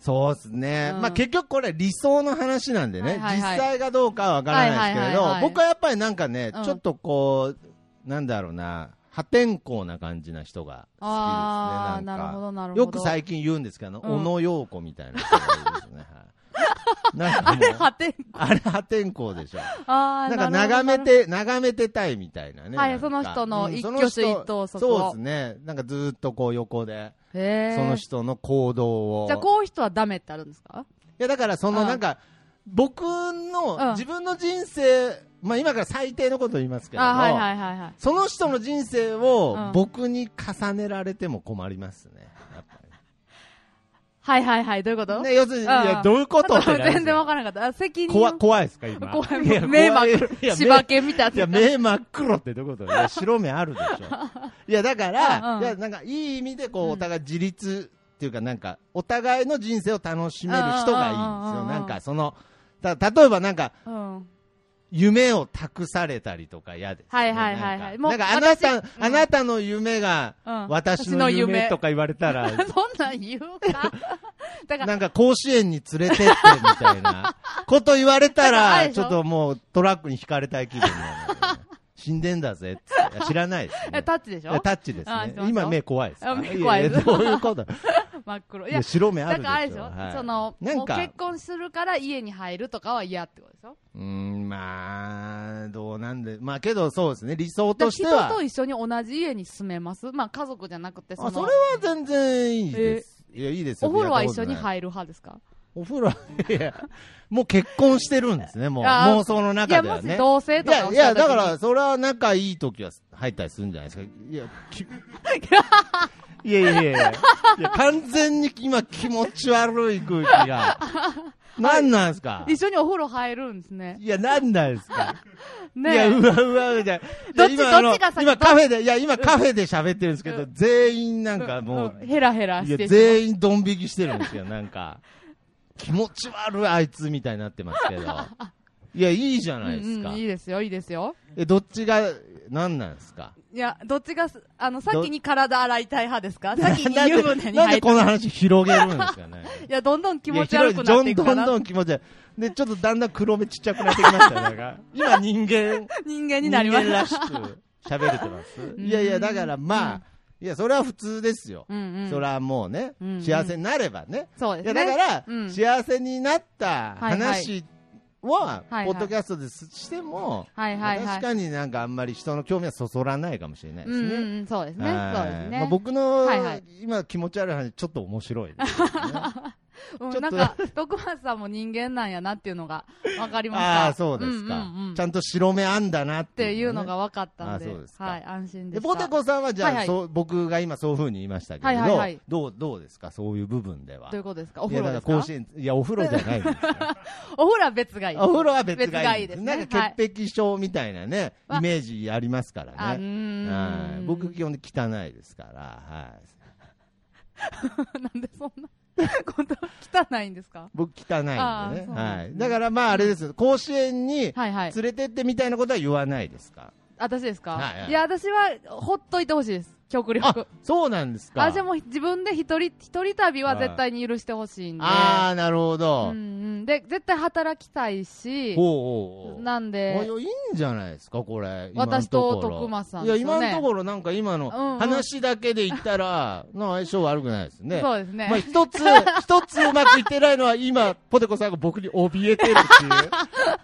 Speaker 2: そうですね、
Speaker 1: うん
Speaker 2: まあ結局これ理想の話なんでね、
Speaker 1: はいはいはい
Speaker 2: 実際がどうかはわからないですけれど、
Speaker 1: はいはいはいはい
Speaker 2: 僕はやっぱりなんかね、
Speaker 1: うん
Speaker 2: ちょっとこう、なんだろうな、破天荒な感じな人が好き
Speaker 1: あー
Speaker 2: ですね、
Speaker 1: なる
Speaker 2: な
Speaker 1: ほ
Speaker 2: んか。
Speaker 1: ど、なるほど。
Speaker 2: よく最近言うんですけど、あの
Speaker 1: うん
Speaker 2: 小野陽子みたいな人がいるです ね。はいなんか
Speaker 1: あ
Speaker 2: も
Speaker 1: れ、
Speaker 2: う
Speaker 1: 破天
Speaker 2: あれ破天荒でしょ。
Speaker 1: 荒。
Speaker 2: な
Speaker 1: あー
Speaker 2: んか
Speaker 1: なるほど
Speaker 2: 眺めて、眺めてたいみたいなね。
Speaker 1: はい
Speaker 2: なんか
Speaker 1: その人の
Speaker 2: うん
Speaker 1: 一
Speaker 2: その人
Speaker 1: 挙手一投足を
Speaker 2: そうですね。なんかずーっとこう横で、
Speaker 1: へー
Speaker 2: その人の行動を。
Speaker 1: じゃあ、こういう人はダメってあるんですか
Speaker 2: いやだからその
Speaker 1: うん
Speaker 2: なんか、僕
Speaker 1: う
Speaker 2: の
Speaker 1: ん
Speaker 2: 自分の人生、まあ今から最低のこと言いますけれど
Speaker 1: あ
Speaker 2: も、
Speaker 1: はいはいはいはい。
Speaker 2: その人の人生
Speaker 1: う
Speaker 2: を
Speaker 1: ん
Speaker 2: 僕に重ねられても困りますね。やっ
Speaker 1: はいはいはい、どういうこ
Speaker 2: ぱ
Speaker 1: と
Speaker 2: りね、要するに、いや、どういうことってなりますよ
Speaker 1: 全然わからなかった。あ責任。
Speaker 2: 怖怖いですか、今。
Speaker 1: 怖い
Speaker 2: や
Speaker 1: 目真っ
Speaker 2: 怖いいや
Speaker 1: 柴犬みたい
Speaker 2: いや、
Speaker 1: な。
Speaker 2: 目真っ黒ってどういうこと いや、白目あるでしょ。いや、だか
Speaker 1: うん
Speaker 2: ら、
Speaker 1: うん
Speaker 2: いや、なんか、いい意味で、こ
Speaker 1: う
Speaker 2: う、
Speaker 1: ん
Speaker 2: お互い自立っていうか、なんか、お互いの人生を楽しめる人がいいんです
Speaker 1: うんうんうんうんう
Speaker 2: よ。
Speaker 1: ん
Speaker 2: なんか、その、た例えばなんか、
Speaker 1: うん。
Speaker 2: 夢を託されたりとか嫌です、
Speaker 1: はいはいはいはい
Speaker 2: なんか
Speaker 1: もう
Speaker 2: なんかあなた、
Speaker 1: 私うん
Speaker 2: あなたの夢が、
Speaker 1: うん
Speaker 2: 私の
Speaker 1: 私の
Speaker 2: 夢
Speaker 1: 夢
Speaker 2: とか言われたら、
Speaker 1: そんなん言うか。だから、
Speaker 2: なんか甲子園に連れてってみた いなこと言われた
Speaker 1: あれ
Speaker 2: ら、
Speaker 1: で
Speaker 2: ち
Speaker 1: しょ
Speaker 2: ょっともうトラックに引かれたい気分になるんだよね。死んでんだぜっつっていや知らないです、
Speaker 1: え
Speaker 2: ね。
Speaker 1: タッチでし
Speaker 2: いや
Speaker 1: ょ
Speaker 2: タッチです
Speaker 1: あ知っ
Speaker 2: ね
Speaker 1: てま。す
Speaker 2: 今目怖いですか。
Speaker 1: あ目怖 い
Speaker 2: や
Speaker 1: です
Speaker 2: やどういうこと。
Speaker 1: 真っ黒。
Speaker 2: い
Speaker 1: いや
Speaker 2: や、白目あ
Speaker 1: だか
Speaker 2: る
Speaker 1: ら
Speaker 2: で
Speaker 1: あれで
Speaker 2: し
Speaker 1: し
Speaker 2: ょ。
Speaker 1: ょ
Speaker 2: はい
Speaker 1: その、
Speaker 2: なん
Speaker 1: もう
Speaker 2: か
Speaker 1: 結婚するから家に入るとかは嫌ってことでしょ
Speaker 2: うーん、まあ、どうなんで、まあけどそうですね。理
Speaker 1: だ
Speaker 2: 想
Speaker 1: か
Speaker 2: と
Speaker 1: ら
Speaker 2: して
Speaker 1: 人
Speaker 2: は。
Speaker 1: と一緒に同じ家に住めますまあ家族じゃなくて、そ
Speaker 2: あ、それ
Speaker 1: の
Speaker 2: は、全然いいです。いや、いいですよ。
Speaker 1: お風呂は
Speaker 2: やった
Speaker 1: 一
Speaker 2: こ
Speaker 1: 緒
Speaker 2: とな
Speaker 1: に
Speaker 2: い
Speaker 1: 入る派ですか
Speaker 2: お風呂は、いや、もう結婚してるんですね、もう。
Speaker 1: あー
Speaker 2: 妄想の
Speaker 1: いや、
Speaker 2: 中で
Speaker 1: も
Speaker 2: は
Speaker 1: し
Speaker 2: ね。
Speaker 1: 同性
Speaker 2: い
Speaker 1: とか
Speaker 2: や、
Speaker 1: を
Speaker 2: い
Speaker 1: した
Speaker 2: や、だか
Speaker 1: 時に
Speaker 2: ら、それは仲いい時は入ったりするんじゃないですか。いや、 きいやいやいやいやいや、完全に今気持ち悪い空気が。 なんなんですか
Speaker 1: 一緒にお風呂入るんですね。
Speaker 2: いや、なんなんですか
Speaker 1: ね
Speaker 2: いや、
Speaker 1: え
Speaker 2: うわうわみたい
Speaker 1: ど
Speaker 2: な。
Speaker 1: っ
Speaker 2: い
Speaker 1: ち
Speaker 2: や今あの
Speaker 1: どっちが先
Speaker 2: 今カフェで、いや、今カフェで喋ってるんですけ
Speaker 1: う
Speaker 2: ど、全員なんかもう、
Speaker 1: んヘラヘラ
Speaker 2: い
Speaker 1: し
Speaker 2: や、
Speaker 1: てしまう
Speaker 2: 全員ドン引きしてるんですよ、なんか。気持ち悪い、あいつみたいになってますけど。いや、いいじゃないです
Speaker 1: うん
Speaker 2: か
Speaker 1: うん、い。いですよ、いいですよ。
Speaker 2: え、どっちが、何なんですか
Speaker 1: いや、どっちがす、あの、先に体洗いたい派ですか先に湯船に
Speaker 2: なん
Speaker 1: 入
Speaker 2: で
Speaker 1: った
Speaker 2: こ
Speaker 1: い
Speaker 2: の話広げるんですかね。
Speaker 1: や、どんどん 気持ち悪くなっていくか
Speaker 2: や広いどんど
Speaker 1: な。
Speaker 2: ん気持ち悪い。で、ちょっとだんだん黒目ちっちゃくなってきましたよ、な んか。今人間、
Speaker 1: 人間になりま
Speaker 2: 人
Speaker 1: す。
Speaker 2: 間らしく喋れてます。
Speaker 1: ん
Speaker 2: いやいや、だからまあ、いや、それは普通ですよ。
Speaker 1: うんうん。
Speaker 2: それはもうね
Speaker 1: うんう、ん
Speaker 2: 幸せになればね。
Speaker 1: そうです
Speaker 2: いやだ
Speaker 1: ね。
Speaker 2: から、
Speaker 1: うん
Speaker 2: 幸せになった話は、
Speaker 1: はいはい
Speaker 2: ポッドキャストですしても、
Speaker 1: はいはいはい
Speaker 2: 確。かになんかあんまり人の興味はそそらないかもしれないで
Speaker 1: うん
Speaker 2: す
Speaker 1: う
Speaker 2: ね。
Speaker 1: んうん、そうですね。
Speaker 2: はい
Speaker 1: そうです
Speaker 2: まあ、
Speaker 1: ね。
Speaker 2: 僕の、
Speaker 1: はいはい
Speaker 2: 今気持ち悪い話、ちょっと面白い ですよね、
Speaker 1: うん
Speaker 2: ちょっと
Speaker 1: なんか、徳松さんも人間なんやなっていうのが分かりました。
Speaker 2: ああ、そうですか、
Speaker 1: んんうん
Speaker 2: ちゃ
Speaker 1: っ
Speaker 2: んと白目あんだなってて
Speaker 1: い
Speaker 2: いうう
Speaker 1: の
Speaker 2: のね、
Speaker 1: が分かったんで。
Speaker 2: あそうですか
Speaker 1: はい、安心
Speaker 2: で
Speaker 1: でした。
Speaker 2: ポテコさんはじゃあ、
Speaker 1: はいはい
Speaker 2: そう僕が今そういうふうに言いましたけれど、
Speaker 1: はいはいはい
Speaker 2: どうどうですか、そういう部分では。
Speaker 1: どういうことですかお
Speaker 2: い
Speaker 1: 風
Speaker 2: や
Speaker 1: 呂
Speaker 2: だか
Speaker 1: で
Speaker 2: ら
Speaker 1: すか
Speaker 2: 甲子園、いや、お風呂じ ゃないんですよ。
Speaker 1: お風呂は別がいい。
Speaker 2: お風呂は別がいい
Speaker 1: 別がいいですね
Speaker 2: なんか潔癖症みたいなね、
Speaker 1: はい
Speaker 2: イメージありますか
Speaker 1: あ、
Speaker 2: ら
Speaker 1: う
Speaker 2: ね。
Speaker 1: ー
Speaker 2: はい
Speaker 1: ん。
Speaker 2: 僕、基本的に汚いですから、はい、
Speaker 1: なんでそんなこと汚いんですか
Speaker 2: 僕、汚いんでね、
Speaker 1: あーそうなん
Speaker 2: は
Speaker 1: です
Speaker 2: い、
Speaker 1: ね
Speaker 2: だからまあ、あれですよ、甲子園に
Speaker 1: はいはい
Speaker 2: 連。れてってみたいなことは言わないですか、
Speaker 1: 私ですか、
Speaker 2: はい
Speaker 1: い
Speaker 2: はい
Speaker 1: や、私はほっといてほしいです。極力。
Speaker 2: あそうなんですか、
Speaker 1: あ、じゃあもう自分で一人、一人旅は絶対に許してほしいんで。
Speaker 2: あーなるほど、
Speaker 1: うんうん。で、絶対働きたいし、
Speaker 2: ほうほうほう
Speaker 1: なん
Speaker 2: あいやい
Speaker 1: で、
Speaker 2: いんじゃないですか、これ、今の
Speaker 1: 私
Speaker 2: と
Speaker 1: と
Speaker 2: ころ
Speaker 1: 徳松さん
Speaker 2: い
Speaker 1: で
Speaker 2: や、
Speaker 1: すよ
Speaker 2: 今
Speaker 1: ね。
Speaker 2: のところ、なんか今の
Speaker 1: うんうん
Speaker 2: 話だけで言った ら、なんか相性悪くないですね。
Speaker 1: そうですね。
Speaker 2: まあ、一 つ、一つうまくいってないのは、今、ポテコさんが僕に怯え てるっていう、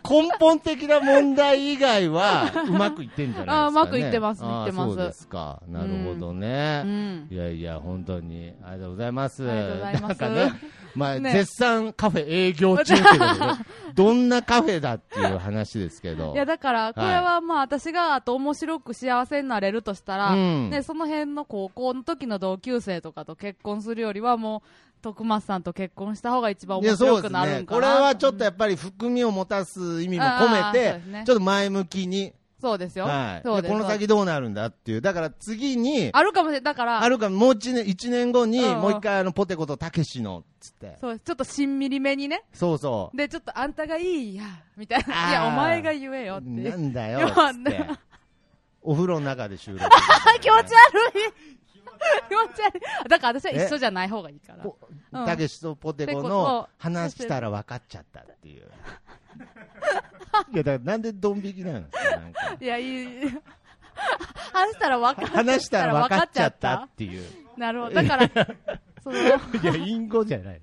Speaker 2: 根本的な問題以外は、うまくいってんじゃないですか、ね。
Speaker 1: あーうまくいってます
Speaker 2: あー
Speaker 1: いってます
Speaker 2: そうですか。なるほど
Speaker 1: う
Speaker 2: ね。
Speaker 1: ん。
Speaker 2: いやいや、本当に、ありがとうございます。
Speaker 1: ありがとうございます
Speaker 2: なんかね、まあ、
Speaker 1: ね
Speaker 2: 絶賛カフェ営業 中っていうのでねどんなカフェだっていう話ですけど。
Speaker 1: いや、だから、これはまあ、私があと面白く幸せになれるとしたら、
Speaker 2: うん
Speaker 1: ね、その辺の高校の時の同級生とかと結婚するよりは、もう、徳松さんと結婚した方が一番
Speaker 2: いや
Speaker 1: 面
Speaker 2: そ
Speaker 1: 白
Speaker 2: うで
Speaker 1: く
Speaker 2: す
Speaker 1: なる
Speaker 2: ね
Speaker 1: ん。かな。
Speaker 2: これはちょっとやっぱり含みを持たす意味も込め
Speaker 1: あーそう
Speaker 2: て
Speaker 1: です、ね
Speaker 2: ちょっと前向きに
Speaker 1: そうですよ。
Speaker 2: はい、
Speaker 1: そう
Speaker 2: で
Speaker 1: です
Speaker 2: この
Speaker 1: そうです
Speaker 2: 先どうなるんだっていう、だから次に、
Speaker 1: あるかもしれない。だから、
Speaker 2: あるかもう一年一年後に、
Speaker 1: うんうん
Speaker 2: もう一回、あのポテコとたけしのっつって、
Speaker 1: そうですちょっとしんみりめにね。
Speaker 2: そうそ
Speaker 1: で、ちょっとあんたがいいや、みたい
Speaker 2: あー
Speaker 1: な。いや、お前が言えよ
Speaker 2: う、
Speaker 1: ってい
Speaker 2: な
Speaker 1: う。
Speaker 2: んだよっつっ
Speaker 1: い
Speaker 2: て
Speaker 1: や、
Speaker 2: お風呂の中で収録、
Speaker 1: 気持ち悪い気持ち悪い。だから私は一緒じゃない方がいいから。
Speaker 2: ぽ
Speaker 1: うん
Speaker 2: たけしとポテコ
Speaker 1: ポテコ
Speaker 2: の
Speaker 1: と
Speaker 2: 話したら分かっちゃったっ ていう。いや、だからなんでドン引きなんですかなんか
Speaker 1: いや、い い。話したら分かっ
Speaker 2: 話したら分かっちゃったっていう。
Speaker 1: なるほど。だから、その、ね、
Speaker 2: いや、隠語じゃない。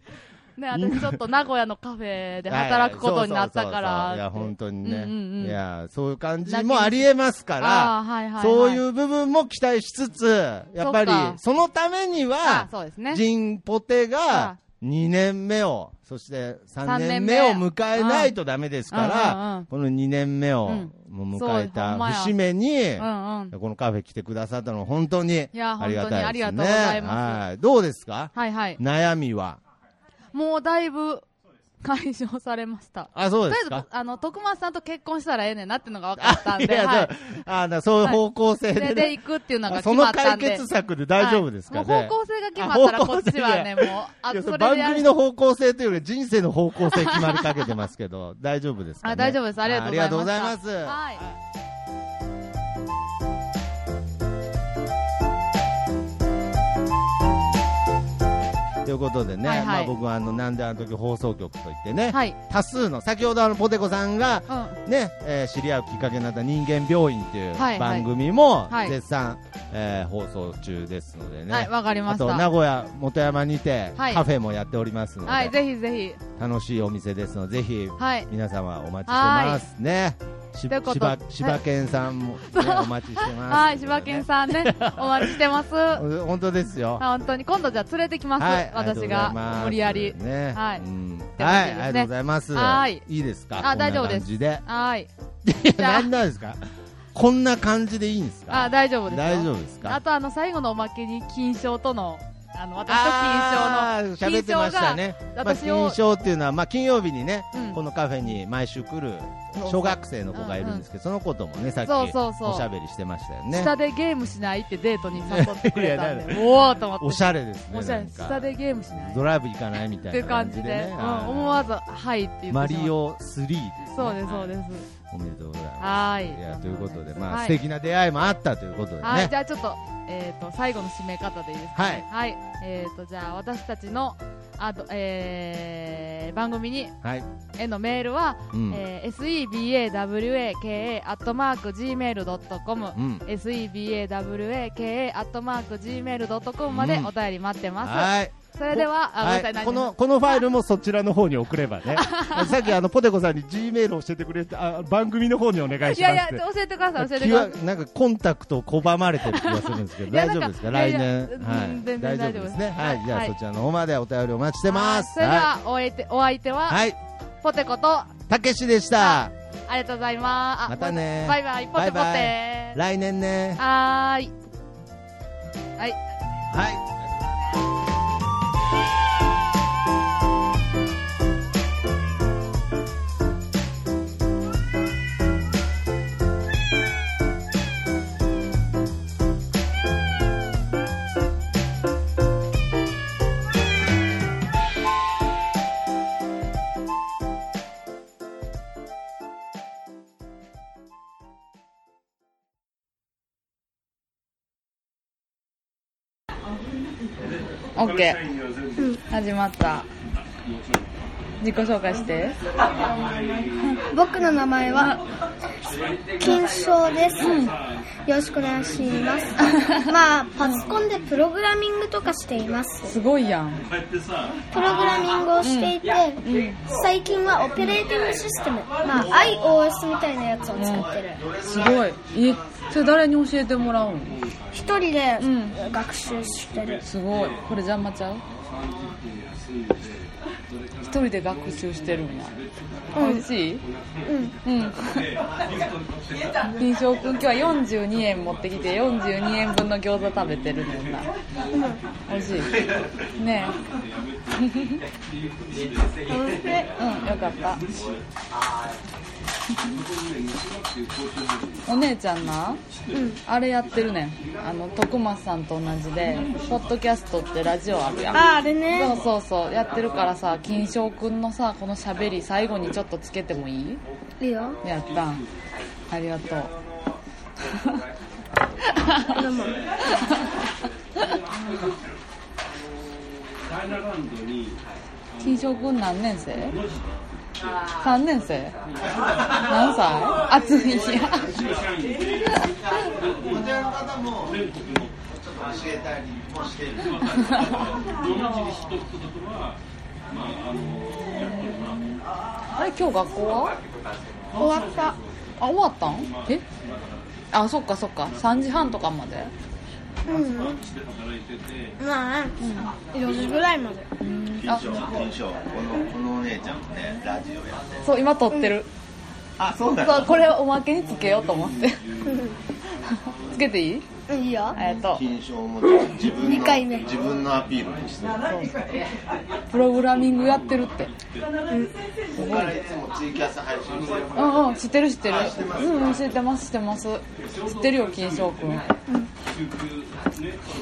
Speaker 1: 私ちょっと名古屋のカフェで働くことになったか
Speaker 2: はいはい
Speaker 1: ら
Speaker 2: そうそうそうそういや、本
Speaker 1: って。
Speaker 2: 当にね。
Speaker 1: うんうんうん
Speaker 2: いや、そういう感じもありえますから、
Speaker 1: ああ、はいはい、はい。。
Speaker 2: そういうう部分も期待しつつ、やっぱり
Speaker 1: そっか、
Speaker 2: そのために
Speaker 1: あ
Speaker 2: は、
Speaker 1: そうですね。
Speaker 2: ジンポテが
Speaker 1: あ
Speaker 2: 2年目を、そして3年
Speaker 1: 年
Speaker 2: 目
Speaker 1: 目
Speaker 2: を迎えないとダメですか
Speaker 1: うんうんう
Speaker 2: ら
Speaker 1: ん、
Speaker 2: この2年目を
Speaker 1: うん
Speaker 2: もう迎
Speaker 1: そ
Speaker 2: え
Speaker 1: う
Speaker 2: た
Speaker 1: ほんまや
Speaker 2: 節目に、
Speaker 1: うんうん。
Speaker 2: このカフェ来てくださったの本当に
Speaker 1: や
Speaker 2: ありがたいで
Speaker 1: 本当
Speaker 2: すね。
Speaker 1: にありがとうございます
Speaker 2: はい。どうですか
Speaker 1: はいはい。
Speaker 2: 悩みは。
Speaker 1: もうだいぶ解消されました。
Speaker 2: あ、
Speaker 1: と
Speaker 2: そう
Speaker 1: り
Speaker 2: で
Speaker 1: あ
Speaker 2: す
Speaker 1: え
Speaker 2: か
Speaker 1: ず、あの、徳松さんと結婚したらええねんなっていうのが分かったん
Speaker 2: い
Speaker 1: で、
Speaker 2: や、
Speaker 1: はい。
Speaker 2: あなそういう方向性
Speaker 1: で、
Speaker 2: で
Speaker 1: で
Speaker 2: ね。
Speaker 1: 行くっていうのが
Speaker 2: あ
Speaker 1: 決
Speaker 2: その
Speaker 1: まった
Speaker 2: 解
Speaker 1: んで。
Speaker 2: 決策で大丈夫ですか
Speaker 1: はい
Speaker 2: ね
Speaker 1: もう。方向性が決まったら
Speaker 2: あ
Speaker 1: こっちはね、
Speaker 2: 方
Speaker 1: もう、あ、
Speaker 2: いやそ
Speaker 1: それで
Speaker 2: れ番
Speaker 1: や
Speaker 2: 組
Speaker 1: る。
Speaker 2: の方向性というより人生の方向性決まりかけてますけ ど、大丈夫ですか、ね、
Speaker 1: あ、大丈夫です。ありがとうございます。
Speaker 2: あありがとうございます。
Speaker 1: はい。
Speaker 2: ということでね、
Speaker 1: はいはい
Speaker 2: まあ、僕はあのなんであの時放送局といってね、
Speaker 1: はい。
Speaker 2: 多数の先ほどあのポテコさんが、
Speaker 1: うん。
Speaker 2: ねえー知り合うきっかけになった「人間病院」という
Speaker 1: はいはい
Speaker 2: 番組も
Speaker 1: はい
Speaker 2: 絶賛、えー放送中ですのでね、
Speaker 1: はい、わかりま
Speaker 2: あ
Speaker 1: し
Speaker 2: と
Speaker 1: た。
Speaker 2: 名古屋元山にて、
Speaker 1: はい
Speaker 2: カフェもやっておりますので、
Speaker 1: はい、ぜひぜ
Speaker 2: 楽しいお店ですのでぜひ
Speaker 1: ひ。はい。
Speaker 2: 皆様お待ちしてますね。し
Speaker 1: ということ
Speaker 2: 柴柴犬さんも、ね、お待ちしてます。
Speaker 1: はい、柴犬さんね、お待ちして ます。あ
Speaker 2: ん。本当ですよ。
Speaker 1: 本当に、今度じゃあ連れてきます。
Speaker 2: はい、
Speaker 1: 私
Speaker 2: ありとうござい
Speaker 1: が
Speaker 2: ま、す
Speaker 1: 無理やり。
Speaker 2: ね、
Speaker 1: はい
Speaker 2: うんはい、
Speaker 1: てほしいですね
Speaker 2: ありがとうございます。
Speaker 1: はい
Speaker 2: いいですか。
Speaker 1: あ大丈夫です
Speaker 2: こんな
Speaker 1: はい。
Speaker 2: 感じで。い
Speaker 1: じゃ
Speaker 2: や、
Speaker 1: あ
Speaker 2: なんなんですか。こんな感じでいいんですか。
Speaker 1: あ、大丈夫ですよ。
Speaker 2: 大丈夫です
Speaker 1: あ
Speaker 2: か。
Speaker 1: とあの最後のおまけに金賞とのあの私と
Speaker 2: あ
Speaker 1: 金
Speaker 2: ー喋ってましたね。
Speaker 1: 金賞が
Speaker 2: まあ、
Speaker 1: 私を
Speaker 2: 金賞っていうのは、まあ、金曜日にね、
Speaker 1: うん
Speaker 2: このカフェに毎週来る。小学生の子がいるんですけど、その子ともね、さっき
Speaker 1: そうそうそう
Speaker 2: おしゃべりしてましたよ
Speaker 1: 賞の
Speaker 2: ね。
Speaker 1: 下でゲームしないってデートに誘ってくれたん
Speaker 2: い
Speaker 1: でおおと思って
Speaker 2: おしゃれですね。
Speaker 1: おしゃれ
Speaker 2: なんか
Speaker 1: 下でゲームしない
Speaker 2: ドライブ行かないみた
Speaker 1: ってい
Speaker 2: いうな
Speaker 1: 感
Speaker 2: 感
Speaker 1: じ
Speaker 2: じ
Speaker 1: で
Speaker 2: でね。
Speaker 1: うん、思わず「はい」って言ってしま
Speaker 2: マ
Speaker 1: う
Speaker 2: リオ3ですね。
Speaker 1: そうですそうです、
Speaker 2: おめでとうございます。
Speaker 1: はい
Speaker 2: いやということで、まあ、
Speaker 1: はい
Speaker 2: 素敵な出会いもあったということでね。
Speaker 1: はいじゃあちょっと,、えー、と最後の締め方でいいですか、ね、はい、えー、とじゃあ私たちのあと、えー番組に
Speaker 2: はい。
Speaker 1: へのメールは、
Speaker 2: うん。
Speaker 1: えー、sebawaka.gmail.com
Speaker 2: うん。
Speaker 1: sebawaka.gmail.com までお便り待ってます。
Speaker 2: はい。
Speaker 1: それでは、あ、ごめんなさい
Speaker 2: はい。
Speaker 1: 何
Speaker 2: この、このファイルもそちらの方に送れば ね。さっきあの、ポテコさんに G メール教えてくれて、あ、番組の方にお願い
Speaker 1: い
Speaker 2: しま
Speaker 1: や
Speaker 2: す
Speaker 1: いや、
Speaker 2: って。
Speaker 1: 教えてください、教えて
Speaker 2: 気
Speaker 1: くだ
Speaker 2: は
Speaker 1: さい。
Speaker 2: なんかコンタクトを拒まれてる気がするんですけど
Speaker 1: いや
Speaker 2: 大
Speaker 1: なん
Speaker 2: 丈夫
Speaker 1: か
Speaker 2: ですか
Speaker 1: いや
Speaker 2: 来
Speaker 1: いや
Speaker 2: 年は
Speaker 1: うん
Speaker 2: い
Speaker 1: 全然
Speaker 2: 大丈夫
Speaker 1: 大丈夫
Speaker 2: で
Speaker 1: ですす
Speaker 2: ねはいじゃあ
Speaker 1: はい
Speaker 2: そちらの方までお便りお待ちしてます
Speaker 1: はいそれで
Speaker 2: は
Speaker 1: は、おえて、お相手
Speaker 2: い
Speaker 1: は、
Speaker 2: はい
Speaker 1: ポテコと、あ
Speaker 2: たけしでした
Speaker 1: りがとうございます。あ
Speaker 2: またね
Speaker 1: バイバイ、ポテポ
Speaker 2: バイ
Speaker 1: テ。
Speaker 2: 来年ね
Speaker 1: はーい。はい。
Speaker 2: はい
Speaker 1: オッケー。始まった。自己紹介して。
Speaker 3: 僕の名前は金賞です、よろしくお願いします まあパソコンでプログラミングとかしています
Speaker 1: すごいやん。
Speaker 3: プログラミングをしていて、最近はオペレーティングシステム、まあ、iOS みたいなやつを作ってる
Speaker 1: すごい。え、それ誰に教えてもらうの
Speaker 3: 一人で
Speaker 1: う
Speaker 3: 学習してる、
Speaker 1: すごいこれ邪魔ちゃう一人で学習してるんや、美味しいうんうん金賞くん今日は42円持ってきて42円分の餃子食べてるねんな美味しいねえそしてうんよかったお姉ちゃんな、あれやってるねんあの徳松さんと同じでポッドキャストってラジオあるやん
Speaker 3: ああれ
Speaker 1: そう
Speaker 3: ね
Speaker 1: そうそうやってるからさ金賞くんのさこのしゃべり最後にちょっとつけてもいい
Speaker 3: いいよ
Speaker 1: やったんありがとう
Speaker 3: でも
Speaker 4: 金正君何年生三年生何歳暑いや。あれ、今日学校は
Speaker 3: 終わった
Speaker 4: あ、終わったんえあ、そっかそっか。3時半とかまで。
Speaker 3: うんまあ、4時ぐらいまで
Speaker 4: うんあ、
Speaker 2: 金賞このこのお姉ちゃんもねラジオやって
Speaker 4: そう、今撮ってる。
Speaker 2: あそうな
Speaker 4: そう、これをおまけにつけようと思って。 つけていい
Speaker 3: うんいいよ
Speaker 4: えっと、
Speaker 2: 金賞も自分
Speaker 3: 二回目
Speaker 2: の自分のアピールにしてる
Speaker 4: プログラミングやってるって。
Speaker 2: ここからいつもツイキャス配信してる
Speaker 4: うんうん、知ってる知ってる。うんうん、知ってます知ってます。知ってるよ、金賞くん。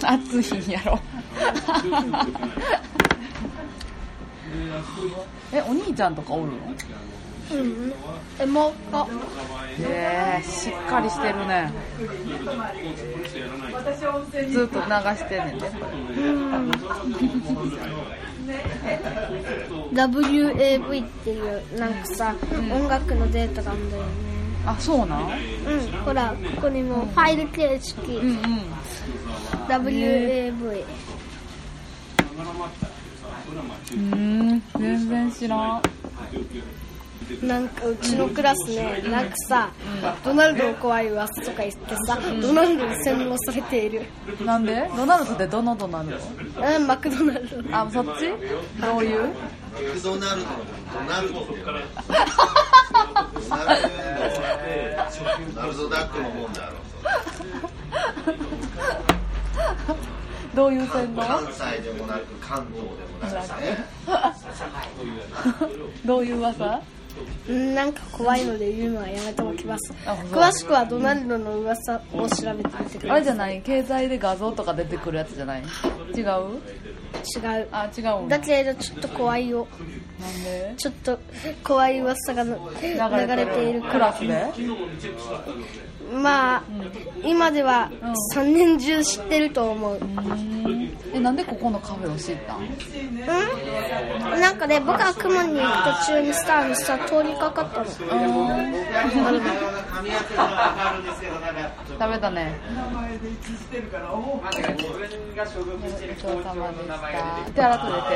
Speaker 4: 暑いんやろ。 え、お兄ちゃんとかおるの
Speaker 3: うんえもうあ
Speaker 4: へえしっかりしてるね。ずっと流してんねんで。
Speaker 3: WAV っていうなんかさ、音楽のデータがあるんだよね
Speaker 4: あ、そうなん
Speaker 3: うんほらここにもファイル形式、
Speaker 4: うんうん。
Speaker 3: WAV
Speaker 4: うん、全然知らん。
Speaker 3: なんかうちのクラスねなんかさ、ドナルドの怖い噂とか言ってさ、ドナルドに洗脳されている
Speaker 4: なんでドナルドってどのドナルド
Speaker 3: うんマクドナルド
Speaker 4: あ、そっちどういう
Speaker 2: マクドナルドのドナルドっていうねドナルドドナルドダックのもんだろう
Speaker 4: どういう洗脳
Speaker 2: 関西でもなく関東でもなくね
Speaker 4: どういう噂
Speaker 3: うんなんか怖いので言うのはやめておきます
Speaker 4: あほんと
Speaker 3: 詳しくはドナルドの噂を調べてみてく
Speaker 4: あれ
Speaker 3: だ
Speaker 4: じゃない経済で画像とか出てくるやつじゃない違う
Speaker 3: さい違う
Speaker 4: あ、違うん
Speaker 3: だ
Speaker 4: や
Speaker 3: けどちょっと怖いよ
Speaker 4: なんで
Speaker 3: ちょっと怖い噂がの流れている
Speaker 4: ク
Speaker 3: ク
Speaker 4: ラ
Speaker 3: ラ
Speaker 4: スで
Speaker 3: スまあ、今では3年中知ってると思ううん
Speaker 4: うんえ、なんでここのカフェを知ったん
Speaker 3: なんかね僕は雲に行く途中にささ通りかかったの
Speaker 4: 食べたね。ごちそうさまでした。手洗って出て。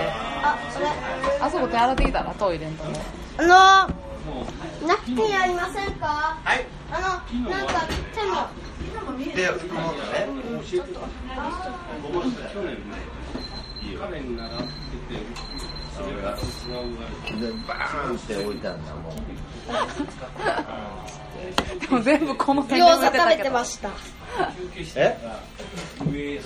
Speaker 4: あ、そこ手洗ってきたらトイレのとこ。
Speaker 3: あのナプキンありませんかはいあのなんか手も
Speaker 2: で服もんだねでバーンって置いたんだもん
Speaker 4: でも全部この辺
Speaker 3: 餃子食べてま
Speaker 4: し
Speaker 3: した
Speaker 2: え
Speaker 3: 餃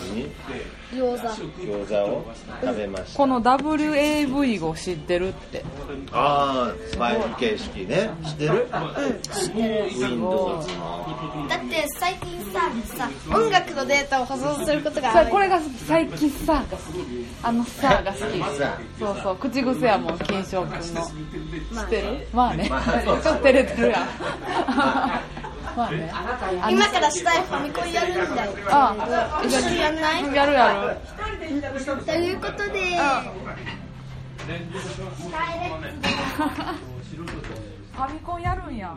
Speaker 3: 子
Speaker 2: 餃子を食べました
Speaker 4: この WAV を知ってるって。
Speaker 2: ああスパイク形式ね知ってる
Speaker 4: お
Speaker 2: Windows
Speaker 4: ー
Speaker 2: の
Speaker 3: だって最近ささ音楽のデータを保存することが
Speaker 4: そ
Speaker 3: 多
Speaker 4: う
Speaker 3: い
Speaker 4: これが好き最近さーが好きあのさーが好きそうそう口癖やもん金賞君の知ってるまあね
Speaker 2: まあね
Speaker 4: ちょっと照れてるやんまあねあの
Speaker 3: 今からしたいファミコンやるんだよ
Speaker 4: あ
Speaker 3: 一緒にやんない
Speaker 4: やるやる
Speaker 3: ということで、
Speaker 4: ファミコンやるんや。